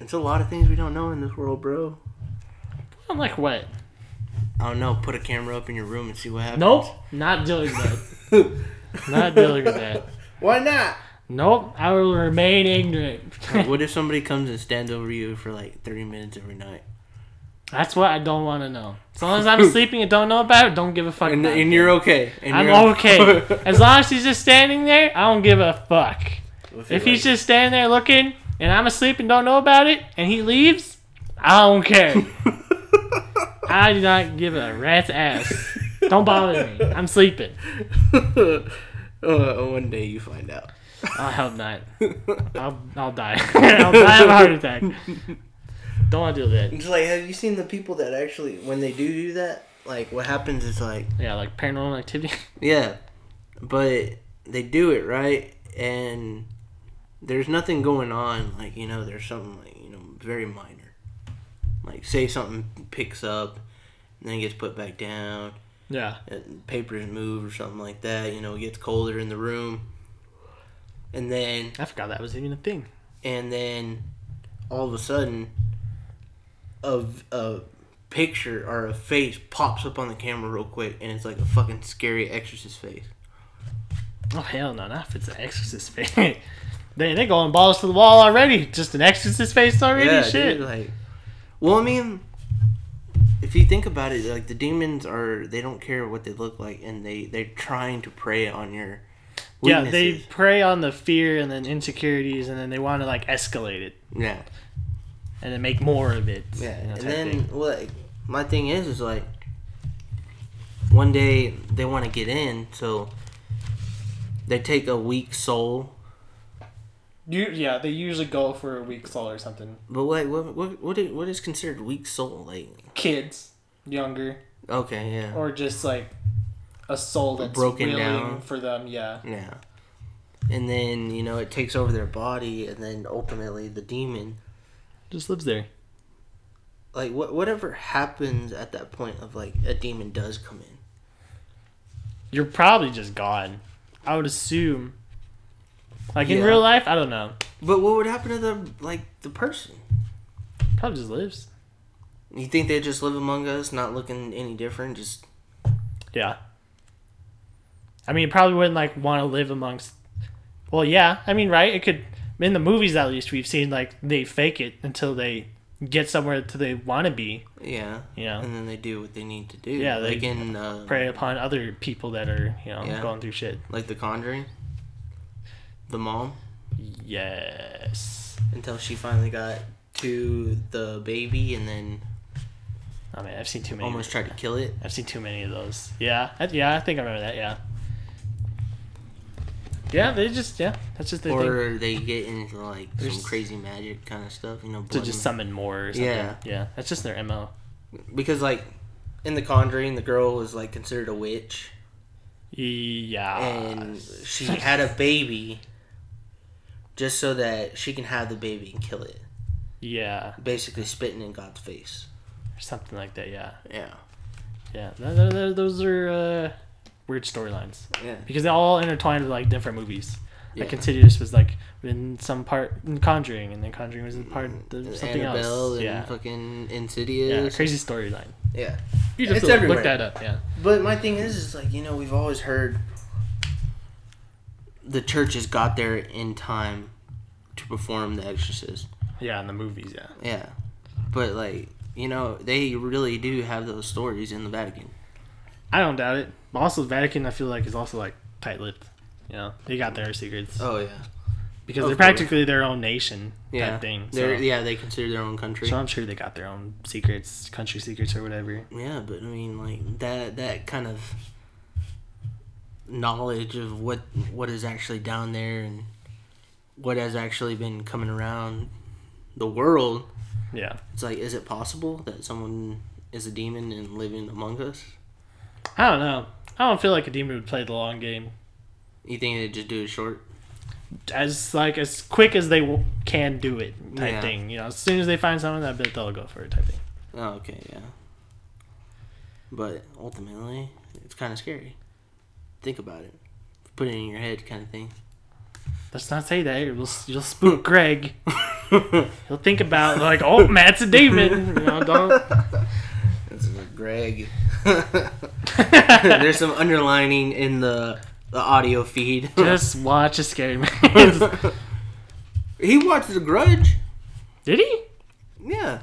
Speaker 1: It's a lot of things we don't know in this world, bro.
Speaker 2: I'm like, what?
Speaker 1: I don't know. Put a camera up in your room and see what happens.
Speaker 2: Nope. Not dealing with that. Not dealing with that.
Speaker 1: Why not?
Speaker 2: Nope. I will remain ignorant.
Speaker 1: what if somebody comes and stands over you for like 30 minutes every night?
Speaker 2: That's what I don't want to know. As long as I'm sleeping and don't know about it, don't give a fuck.
Speaker 1: And,
Speaker 2: about
Speaker 1: and
Speaker 2: it.
Speaker 1: you're okay. And
Speaker 2: I'm
Speaker 1: you're
Speaker 2: okay. as long as he's just standing there, I don't give a fuck. If he's just standing there looking and I'm asleep and don't know about it and he leaves, I don't care. I do not give a rat's ass. Don't bother me. I'm sleeping.
Speaker 1: uh, one day you find out.
Speaker 2: I hope not. I'll, I'll die. I'll die of a heart attack. Don't want to do that.
Speaker 1: It's like, have you seen the people that actually, when they do do that, like what happens is like,
Speaker 2: Yeah, like paranormal activity.
Speaker 1: yeah, but they do it right, and there's nothing going on. Like you know, there's something like you know very minor. Like say something picks up, and then gets put back down.
Speaker 2: Yeah.
Speaker 1: and papers move or something like that. You know, it gets colder in the room, and then
Speaker 2: I forgot that was even a thing.
Speaker 1: and then all of a sudden, a a picture or a face pops up on the camera real quick, and it's like a fucking scary exorcist face.
Speaker 2: Oh hell no! Not if it's an exorcist face. they they going balls to the wall already. Just an exorcist face already.
Speaker 1: yeah,
Speaker 2: Shit.
Speaker 1: dude. Like, well, I mean. If you think about it, like the demons are—they don't care what they look like, and they—they're trying to prey on your
Speaker 2: yeah,
Speaker 1: weaknesses.
Speaker 2: they prey on the fear and then insecurities, and then they want to like escalate it
Speaker 1: yeah.
Speaker 2: and then make more of it.
Speaker 1: Yeah,
Speaker 2: you know,
Speaker 1: and
Speaker 2: type
Speaker 1: then
Speaker 2: thing.
Speaker 1: like my thing is is like one day they want to get in, so they take a weak soul.
Speaker 2: You, yeah, they usually go for a week soul or something.
Speaker 1: But like what what what is, what is considered weak soul? Like
Speaker 2: Kids, younger,
Speaker 1: okay, yeah,
Speaker 2: or just like a soul that's
Speaker 1: Broken
Speaker 2: broken
Speaker 1: down.
Speaker 2: for them. Yeah,
Speaker 1: yeah. And then you know it takes over their body, and then ultimately the demon,
Speaker 2: just lives there.
Speaker 1: like what whatever happens at that point of like a demon does come in.
Speaker 2: You're probably just gone. I would assume. Like in
Speaker 1: Yeah.
Speaker 2: real life, I don't know.
Speaker 1: But what would happen to the like the person?
Speaker 2: Probably just lives.
Speaker 1: You think they just live among us, not looking any different, just
Speaker 2: Yeah. I mean, you probably wouldn't like want to live amongst. Well, yeah. I mean, right? It could. In the movies, at least, we've seen like they fake it until they get somewhere to they want to be.
Speaker 1: Yeah.
Speaker 2: You know?
Speaker 1: And then they do what they need to do.
Speaker 2: Yeah, they
Speaker 1: like in uh,
Speaker 2: Prey upon other people that are you know
Speaker 1: Yeah.
Speaker 2: going through shit.
Speaker 1: like The Conjuring, the mom
Speaker 2: Yes.
Speaker 1: until she finally got to the baby and then
Speaker 2: I mean, I've seen too many.
Speaker 1: almost tried to kill it.
Speaker 2: I've seen too many of those. Yeah. I, yeah, I think I remember that. Yeah. Yeah, they just yeah. That's just the thing
Speaker 1: Or they get into like some
Speaker 2: There's-
Speaker 1: crazy magic kind of stuff, you know.
Speaker 2: to
Speaker 1: blood
Speaker 2: just
Speaker 1: and-
Speaker 2: summon more. Or something.
Speaker 1: Yeah.
Speaker 2: Yeah. That's just their mo.
Speaker 1: because like in The Conjuring, the girl was like considered a witch,
Speaker 2: Yeah.
Speaker 1: and she had a baby just so that she can have the baby and kill it,
Speaker 2: Yeah,
Speaker 1: basically spitting in God's face.
Speaker 2: or something like that. Yeah,
Speaker 1: Yeah,
Speaker 2: yeah. Th- th- th- those are uh, weird storylines
Speaker 1: yeah.
Speaker 2: because they all intertwined with like different movies.
Speaker 1: Yeah.
Speaker 2: Like Insidious was like in some part in Conjuring, and then Conjuring was in part of something
Speaker 1: Mm, Annabelle
Speaker 2: else.
Speaker 1: and
Speaker 2: Yeah,
Speaker 1: fucking
Speaker 2: yeah.
Speaker 1: Insidious.
Speaker 2: Crazy storyline.
Speaker 1: Yeah.
Speaker 2: You
Speaker 1: It's
Speaker 2: just look,
Speaker 1: everywhere.
Speaker 2: look that up. Yeah.
Speaker 1: But my thing is, is like, you know, we've always heard the churches got there in time to perform The Exorcist.
Speaker 2: Yeah, in the movies. Yeah.
Speaker 1: Yeah. But, like, you know, they really do have those stories in the Vatican.
Speaker 2: I don't doubt it. But also, Vatican, I feel like, is also like tight lipped. You know, they got their secrets
Speaker 1: Oh yeah,
Speaker 2: because
Speaker 1: of
Speaker 2: they're
Speaker 1: course.
Speaker 2: practically their own nation. Yeah.
Speaker 1: yeah.
Speaker 2: Type thing. So,
Speaker 1: They're yeah they consider their own country.
Speaker 2: so I'm sure they got their own secrets, country secrets or whatever.
Speaker 1: Yeah, but I mean, like that that kind of knowledge of what what is actually down there and what has actually been coming around the world.
Speaker 2: Yeah.
Speaker 1: It's like, is it possible that someone is a demon and living among us?
Speaker 2: I don't know. I don't feel like a demon would play the long game
Speaker 1: You think they just do it short?
Speaker 2: as like as quick as they w- can do it type
Speaker 1: Yeah.
Speaker 2: thing. You know, as soon as they find someone, I bet they'll go for it type thing.
Speaker 1: Oh, okay, yeah. But ultimately, it's kind of scary. Think about it. Put it in your head, kind of thing.
Speaker 2: Let's not say that. You'll, you'll spook Greg. He'll think about like, oh, Matt's a demon. You know, don't.
Speaker 1: This is Greg. There's some underlining in the the audio feed.
Speaker 2: Just watch a scary man.
Speaker 1: he watched The Grudge.
Speaker 2: Did he?
Speaker 1: Yeah,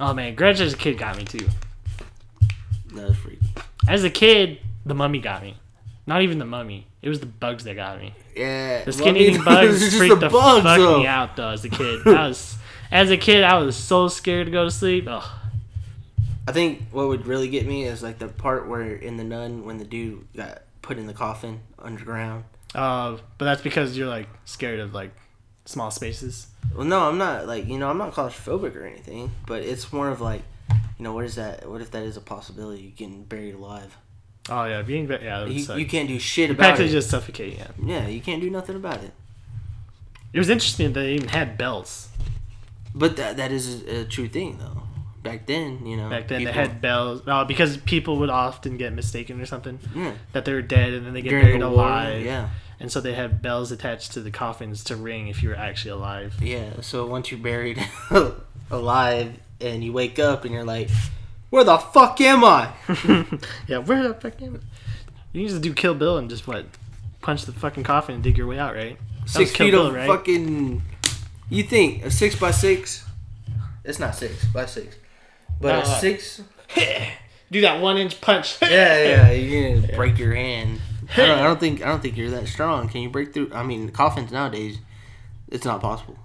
Speaker 2: Oh man, Grudge as a kid got me too.
Speaker 1: that was freak.
Speaker 2: As a kid, the mummy got me. Not even the mummy. It was the bugs that got me.
Speaker 1: Yeah,
Speaker 2: The
Speaker 1: well, I
Speaker 2: skin
Speaker 1: mean,
Speaker 2: eating bugs
Speaker 1: it's just
Speaker 2: freaked the,
Speaker 1: bugs,
Speaker 2: fuck
Speaker 1: though.
Speaker 2: me out though. As a kid, I was as a kid I was so scared to go to sleep. Ugh.
Speaker 1: I think what would really get me is like the part where in the nun when the dude got put in the coffin underground.
Speaker 2: Uh, but that's because you're like scared of like small spaces.
Speaker 1: Well, no, I'm not like you know I'm not claustrophobic or anything, but it's more of like, you know, what is that? What if that is a possibility? Getting buried alive.
Speaker 2: Oh yeah, being ba- yeah, that would
Speaker 1: You,
Speaker 2: suck.
Speaker 1: you can't do shit about
Speaker 2: practically
Speaker 1: it.
Speaker 2: just suffocate. Yeah,
Speaker 1: Yeah, you can't do nothing about it.
Speaker 2: it was interesting that they even had bells
Speaker 1: But that that is a true thing though. Back then, you know,
Speaker 2: back then.
Speaker 1: people-
Speaker 2: They had bells uh, because people would often get mistaken or something
Speaker 1: yeah,
Speaker 2: that they were dead and then they get
Speaker 1: during
Speaker 2: buried
Speaker 1: the war,
Speaker 2: alive.
Speaker 1: Yeah,
Speaker 2: And so they had bells attached to the coffins to ring if you were actually alive.
Speaker 1: yeah. So once you're buried alive and you wake up and you're like, "Where the fuck am I?"
Speaker 2: yeah, where the fuck am I? You can just do Kill Bill and just what? Punch the fucking coffin and dig your way out, right? That was
Speaker 1: Six
Speaker 2: Kill
Speaker 1: feet
Speaker 2: Bill,
Speaker 1: of
Speaker 2: right?
Speaker 1: fucking. You think a six by six? It's not six by six, but a
Speaker 2: No.
Speaker 1: six.
Speaker 2: do that one inch punch.
Speaker 1: Yeah, yeah. You're gonna break your hand. I don't, I don't think I don't think you're that strong. Can you break through? I mean, coffins nowadays, it's not possible.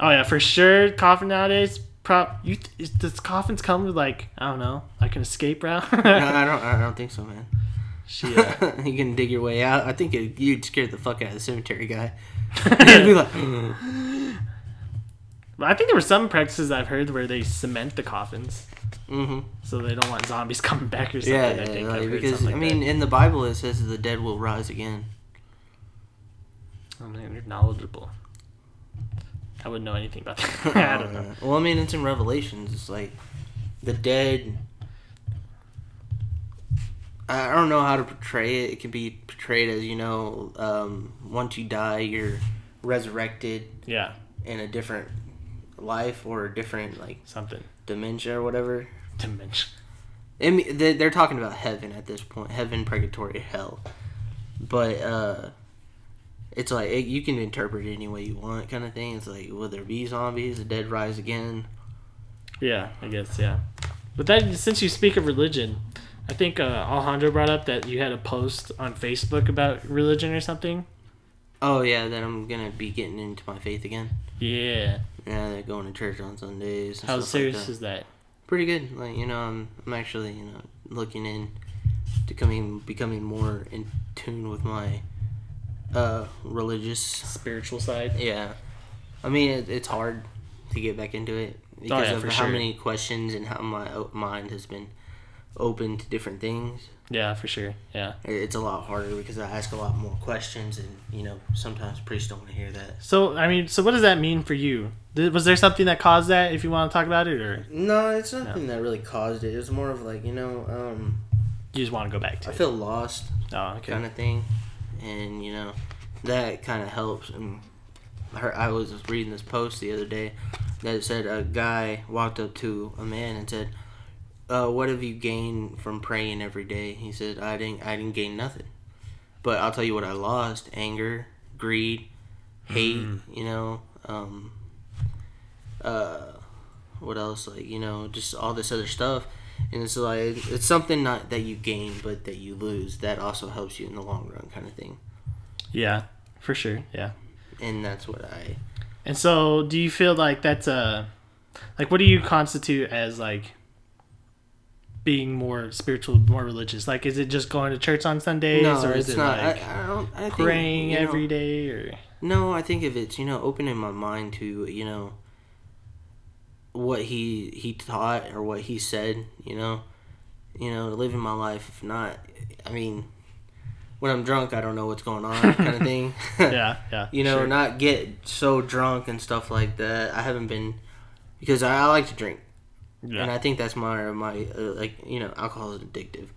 Speaker 2: Oh yeah, for sure. Coffin nowadays, prop. You is, does coffins come with like I don't know, like an escape route?
Speaker 1: No, I don't. I don't think so, man.
Speaker 2: Shit. yeah.
Speaker 1: you can dig your way out. I think it, you'd scare the fuck out of the cemetery guy. He'd be like, "Mm-hmm."
Speaker 2: But I think there were some practices I've heard where they cement the coffins
Speaker 1: mm-hmm.
Speaker 2: so they don't want zombies coming back or something.
Speaker 1: yeah,
Speaker 2: I think
Speaker 1: yeah,
Speaker 2: I've
Speaker 1: like,
Speaker 2: heard
Speaker 1: because
Speaker 2: something
Speaker 1: I
Speaker 2: like
Speaker 1: mean, in the Bible it says that the dead will rise again.
Speaker 2: that. I mean, you're knowledgeable. I wouldn't know anything about that. I don't know.
Speaker 1: Well, I mean, it's in Revelations. It's like the dead. I I don't know how to portray it. It can be portrayed as you know, um, once you die, you're resurrected
Speaker 2: Yeah,
Speaker 1: in a different life or a different like
Speaker 2: something.
Speaker 1: dimension or whatever.
Speaker 2: Dimension.
Speaker 1: I mean, they- they're talking about heaven at this point heaven purgatory hell but uh it's like it, you can interpret it any way you want kind of thing it's like will there be zombies the dead rise again
Speaker 2: Yeah, I guess yeah. But that since you speak of religion, I think uh, Alejandro brought up that you had a post on Facebook about religion or something.
Speaker 1: oh yeah then i'm gonna be getting into my faith again
Speaker 2: Yeah.
Speaker 1: yeah they're going to church on sundays and
Speaker 2: How
Speaker 1: stuff like
Speaker 2: serious
Speaker 1: that.
Speaker 2: is that?
Speaker 1: pretty good like you know i'm, I'm actually you know looking in to coming becoming more in tune with my uh religious
Speaker 2: Spiritual side.
Speaker 1: Yeah, I mean it, it's hard to get back into it because
Speaker 2: Oh, yeah,
Speaker 1: of
Speaker 2: for
Speaker 1: how
Speaker 2: sure.
Speaker 1: many questions and how my o- mind has been open to different things.
Speaker 2: Yeah, for sure. Yeah.
Speaker 1: It- It's a lot harder because I ask a lot more questions, and you know sometimes priests don't want to hear that.
Speaker 2: So I mean, so what does that mean for you? Th- Was there something that caused that? If you want to talk about it, or
Speaker 1: No, it's nothing that really caused it. It was more of like you know um,
Speaker 2: you just want to go back
Speaker 1: I
Speaker 2: to? It?
Speaker 1: feel lost
Speaker 2: Oh, okay.
Speaker 1: kind of thing, and you know that kind of helps. And I heard- I was reading this post the other day that said a guy walked up to a man and said, uh, "What have you gained from praying every day?" He said, "I didn't. I didn't gain nothing, but I'll tell you what I lost: anger, greed, hate. You know, um, uh, what else? Like you know, just all this other stuff." and it's like it's something not that you gain but that you lose that also helps you in the long run kind of thing
Speaker 2: Yeah, for sure. Yeah.
Speaker 1: and that's what i
Speaker 2: And so, do you feel like that's a like what do you constitute as like being more spiritual, more religious? Like, is it just going to church on Sundays,
Speaker 1: no
Speaker 2: or is
Speaker 1: it's
Speaker 2: it
Speaker 1: not
Speaker 2: like
Speaker 1: I, I don't i think
Speaker 2: praying
Speaker 1: you know,
Speaker 2: every day, or
Speaker 1: No, I think if it's you know opening my mind to you know what he he taught or what he said, you know, you know, living my life. If not, I mean, when I'm drunk, I don't know what's going on, kind of thing.
Speaker 2: yeah, yeah,
Speaker 1: you know,
Speaker 2: sure.
Speaker 1: not get so drunk and stuff like that. I haven't been because I, I like to drink,
Speaker 2: yeah.
Speaker 1: and I think that's my my uh, like you know, alcohol is addictive.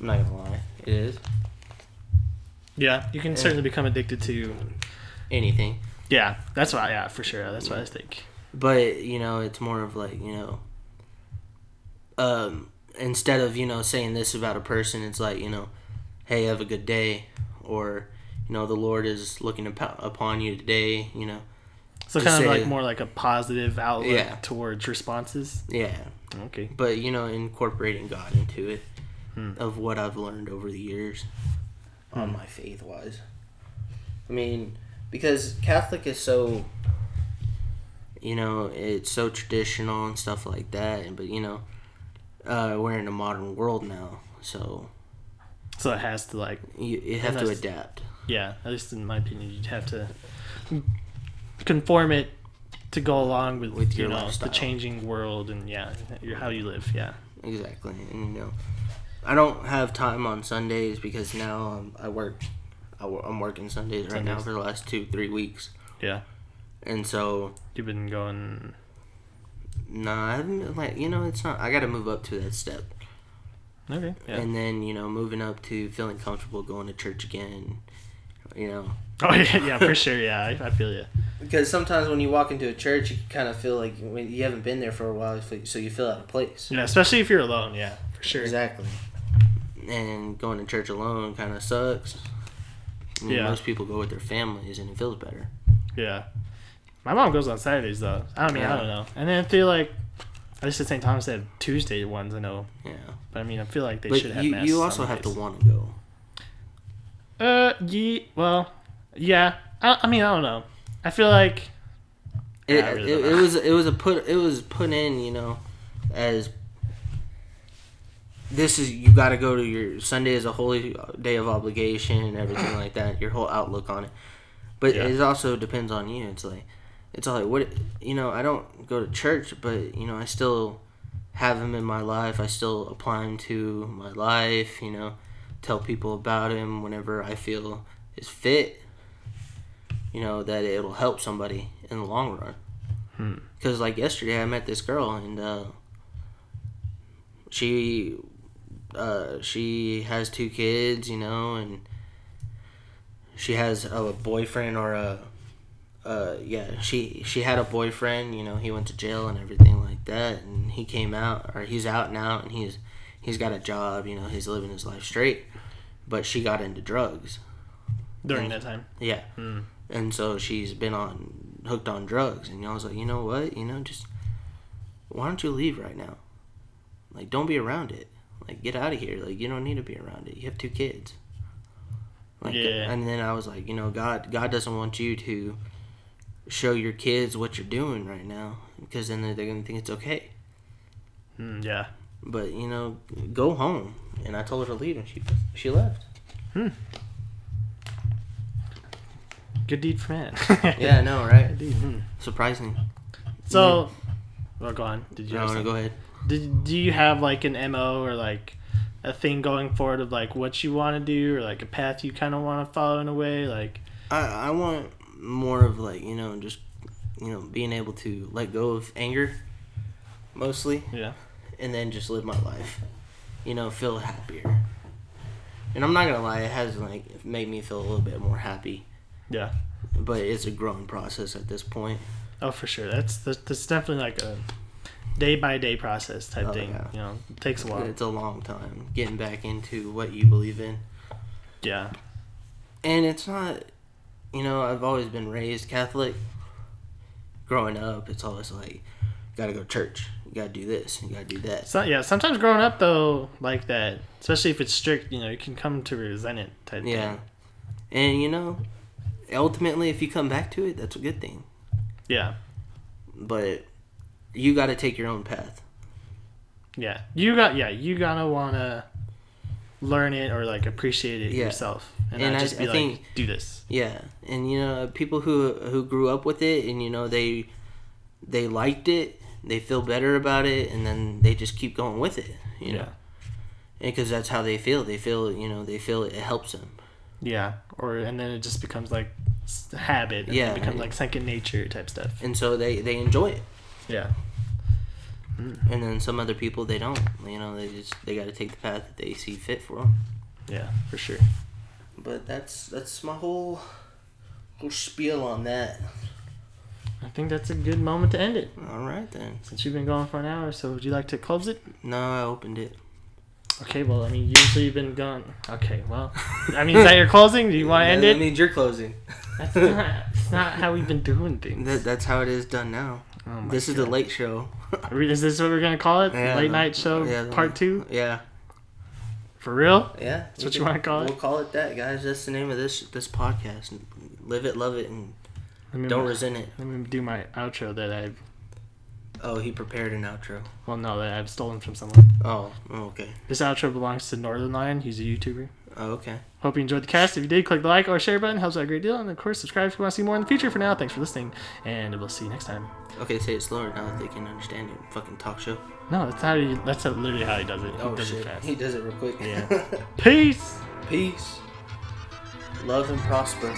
Speaker 1: I'm not gonna lie, it is
Speaker 2: yeah, you can certainly become addicted to.
Speaker 1: anything.
Speaker 2: Yeah, that's why. Yeah, for sure. That's what I think.
Speaker 1: but you know it's more of like you know um instead of you know saying this about a person it's like you know hey have a good day or you know the lord is looking upo- upon you today you know
Speaker 2: So
Speaker 1: To
Speaker 2: kind of
Speaker 1: say-
Speaker 2: like more like a positive outlook
Speaker 1: Yeah.
Speaker 2: towards responses.
Speaker 1: yeah
Speaker 2: Okay.
Speaker 1: but you know incorporating god into it of what i've learned over the years on my faith wise i mean because catholic is so you know it's so traditional and stuff like that and but you know uh, we're in a modern world now so
Speaker 2: So it has to like
Speaker 1: you, you have to
Speaker 2: Unless-
Speaker 1: adapt
Speaker 2: yeah, at least in my opinion, you'd have to conform it to go along with,
Speaker 1: With
Speaker 2: you
Speaker 1: your
Speaker 2: know
Speaker 1: lifestyle.
Speaker 2: the changing world and yeah, your, how you live. Yeah,
Speaker 1: exactly and you know i don't have time on sundays because now um, i work I, wo- i'm working sundays right now
Speaker 2: Sundays.
Speaker 1: for the last two three weeks
Speaker 2: yeah.
Speaker 1: and so
Speaker 2: You've been going.
Speaker 1: No, I haven't been, like you know, it's not. I got to move up to that step,
Speaker 2: Okay. Yeah.
Speaker 1: and then you know, moving up to feeling comfortable going to church again. You know,
Speaker 2: oh yeah, yeah, for sure. Yeah, I, I feel you.
Speaker 1: because sometimes when you walk into a church, you kind of feel like when you haven't been there for a while, so you feel out of place.
Speaker 2: Yeah, especially if you're alone. Yeah, for sure.
Speaker 1: Exactly. And going to church alone kind of sucks. I mean,
Speaker 2: Yeah.
Speaker 1: Most people go with their families, and it feels better.
Speaker 2: Yeah. My mom goes on Saturdays though. I mean, I
Speaker 1: Yeah.
Speaker 2: don't know. And then I feel like at least at St. Thomas they have Tuesday ones. I know,
Speaker 1: Yeah.
Speaker 2: but I mean, I feel like they
Speaker 1: But
Speaker 2: should have.
Speaker 1: you,
Speaker 2: mass
Speaker 1: you
Speaker 2: on
Speaker 1: also have to
Speaker 2: Mondays.
Speaker 1: want to go.
Speaker 2: Uh, ye- well, yeah. I, I mean, I don't know. I feel like
Speaker 1: it,
Speaker 2: Yeah, I really
Speaker 1: it,
Speaker 2: don't
Speaker 1: it
Speaker 2: know.
Speaker 1: was it was a put it was put in you know as this is you got to go to your Sunday is a holy day of obligation and everything like that your whole outlook on it but
Speaker 2: Yeah.
Speaker 1: it also depends on you it's like it's all like what you know I don't go to church but you know I still have him in my life I still apply him to my life you know tell people about him whenever I feel is fit you know that it'll help somebody in the long run because like yesterday i met this girl and uh, she uh, she has two kids you know and she has a boyfriend or a uh, yeah she she had a boyfriend you know he went to jail and everything like that and he came out or he's out now and he's he's got a job you know he's living his life straight but she got into drugs
Speaker 2: during that time. Hmm.
Speaker 1: yeah. And so she's been on hooked on drugs, and I was like, you know what, you know, just why don't you leave right now? Like, don't be around it. Like, get out of here. Like, you don't need to be around it. You have two kids. Like,
Speaker 2: Yeah.
Speaker 1: And then I was like, you know, God, God doesn't want you to show your kids what you're doing right now, because then they're, they're gonna think it's okay.
Speaker 2: Hmm, yeah.
Speaker 1: But you know, go home. And I told her to leave, and she she left.
Speaker 2: Good deed for man. yeah.
Speaker 1: Yeah, I know, right?
Speaker 2: Good deed. Hmm.
Speaker 1: Surprising.
Speaker 2: So, well, go on. Did you?
Speaker 1: I
Speaker 2: have
Speaker 1: want to
Speaker 2: some-
Speaker 1: go ahead.
Speaker 2: Did do you have like an mo or like a thing going forward of like what you want to do or like a path you kind of want to follow in a way? Like,
Speaker 1: I, I want more of like you know just you know being able to let go of anger mostly
Speaker 2: yeah,
Speaker 1: and then just live my life you know feel happier and i'm not gonna lie it has like made me feel a little bit more happy
Speaker 2: yeah.
Speaker 1: but it's a growing process at this point
Speaker 2: Oh, for sure. That's that's, that's definitely like a day by day process type
Speaker 1: Oh,
Speaker 2: thing.
Speaker 1: yeah.
Speaker 2: You know, it takes a while.
Speaker 1: it's a long time getting back into what you believe in
Speaker 2: Yeah.
Speaker 1: and it's not you know i've always been raised catholic growing up it's always like gotta go to church You gotta do this. You gotta do that.
Speaker 2: So, yeah, sometimes growing up though, like that, especially if it's strict, you know, you can come to resent it type
Speaker 1: Yeah.
Speaker 2: thing.
Speaker 1: And you know, ultimately, if you come back to it, that's a good thing.
Speaker 2: Yeah.
Speaker 1: But you gotta take your own path.
Speaker 2: Yeah. You got yeah, you gotta wanna learn it or like appreciate it
Speaker 1: Yeah.
Speaker 2: yourself. And,
Speaker 1: And
Speaker 2: not
Speaker 1: I-
Speaker 2: just be
Speaker 1: I
Speaker 2: like,
Speaker 1: think-
Speaker 2: do this.
Speaker 1: Yeah, and you know people who who grew up with it, and you know they they liked it, they feel better about it, and then they just keep going with it. You know, because that's how they feel. They feel you know they feel it, helps them.
Speaker 2: Yeah. Or and then it just becomes like s- habit. And
Speaker 1: Yeah.
Speaker 2: It becomes like second nature type stuff.
Speaker 1: and so they they enjoy it.
Speaker 2: Yeah. Mm,
Speaker 1: And then some other people they don't. You know they just they got to take the path that they see fit for them.
Speaker 2: Yeah, for sure.
Speaker 1: But that's that's my whole whole spiel on that.
Speaker 2: I think that's a good moment to end it.
Speaker 1: All right then.
Speaker 2: Since you've been gone for an hour, so would you like to close it?
Speaker 1: No, I opened it.
Speaker 2: Okay, well, I mean, usually you've been gone. Okay, well, I mean, is that your closing? Do you want to end
Speaker 1: That
Speaker 2: it?
Speaker 1: means you're closing.
Speaker 2: That's not, that's not how we've been doing things.
Speaker 1: That, that's how it is done now.
Speaker 2: Oh my
Speaker 1: this is the
Speaker 2: God.
Speaker 1: late show.
Speaker 2: Are we- Is this what we're gonna call it?
Speaker 1: Yeah,
Speaker 2: Late
Speaker 1: the-
Speaker 2: night show
Speaker 1: yeah, the-
Speaker 2: part two?
Speaker 1: Yeah.
Speaker 2: For real?
Speaker 1: Yeah. we
Speaker 2: what you
Speaker 1: could-
Speaker 2: wanna call it?
Speaker 1: We'll call it that, guys. That's the name of this this podcast. Live it, love it, and
Speaker 2: Let me,
Speaker 1: don't resent it.
Speaker 2: let me do my outro that I
Speaker 1: Oh, he prepared an outro.
Speaker 2: well no that I've stolen from someone.
Speaker 1: Oh, okay.
Speaker 2: This outro belongs to Northern Lion. He's a YouTuber.
Speaker 1: Oh, okay.
Speaker 2: Hope you enjoyed the cast. If you did, click the like or share button. Helps out a great deal. And of course, subscribe if you want to see more in the future. For now, thanks for listening, and we'll see you next time.
Speaker 1: Okay, say it slower now that they can understand it. Fucking talk show. Oh,
Speaker 2: No, that's how he, that's how, literally how he does it. He does it fast.
Speaker 1: He does it real quick.
Speaker 2: Yeah. Peace.
Speaker 1: Peace. Love and prosper.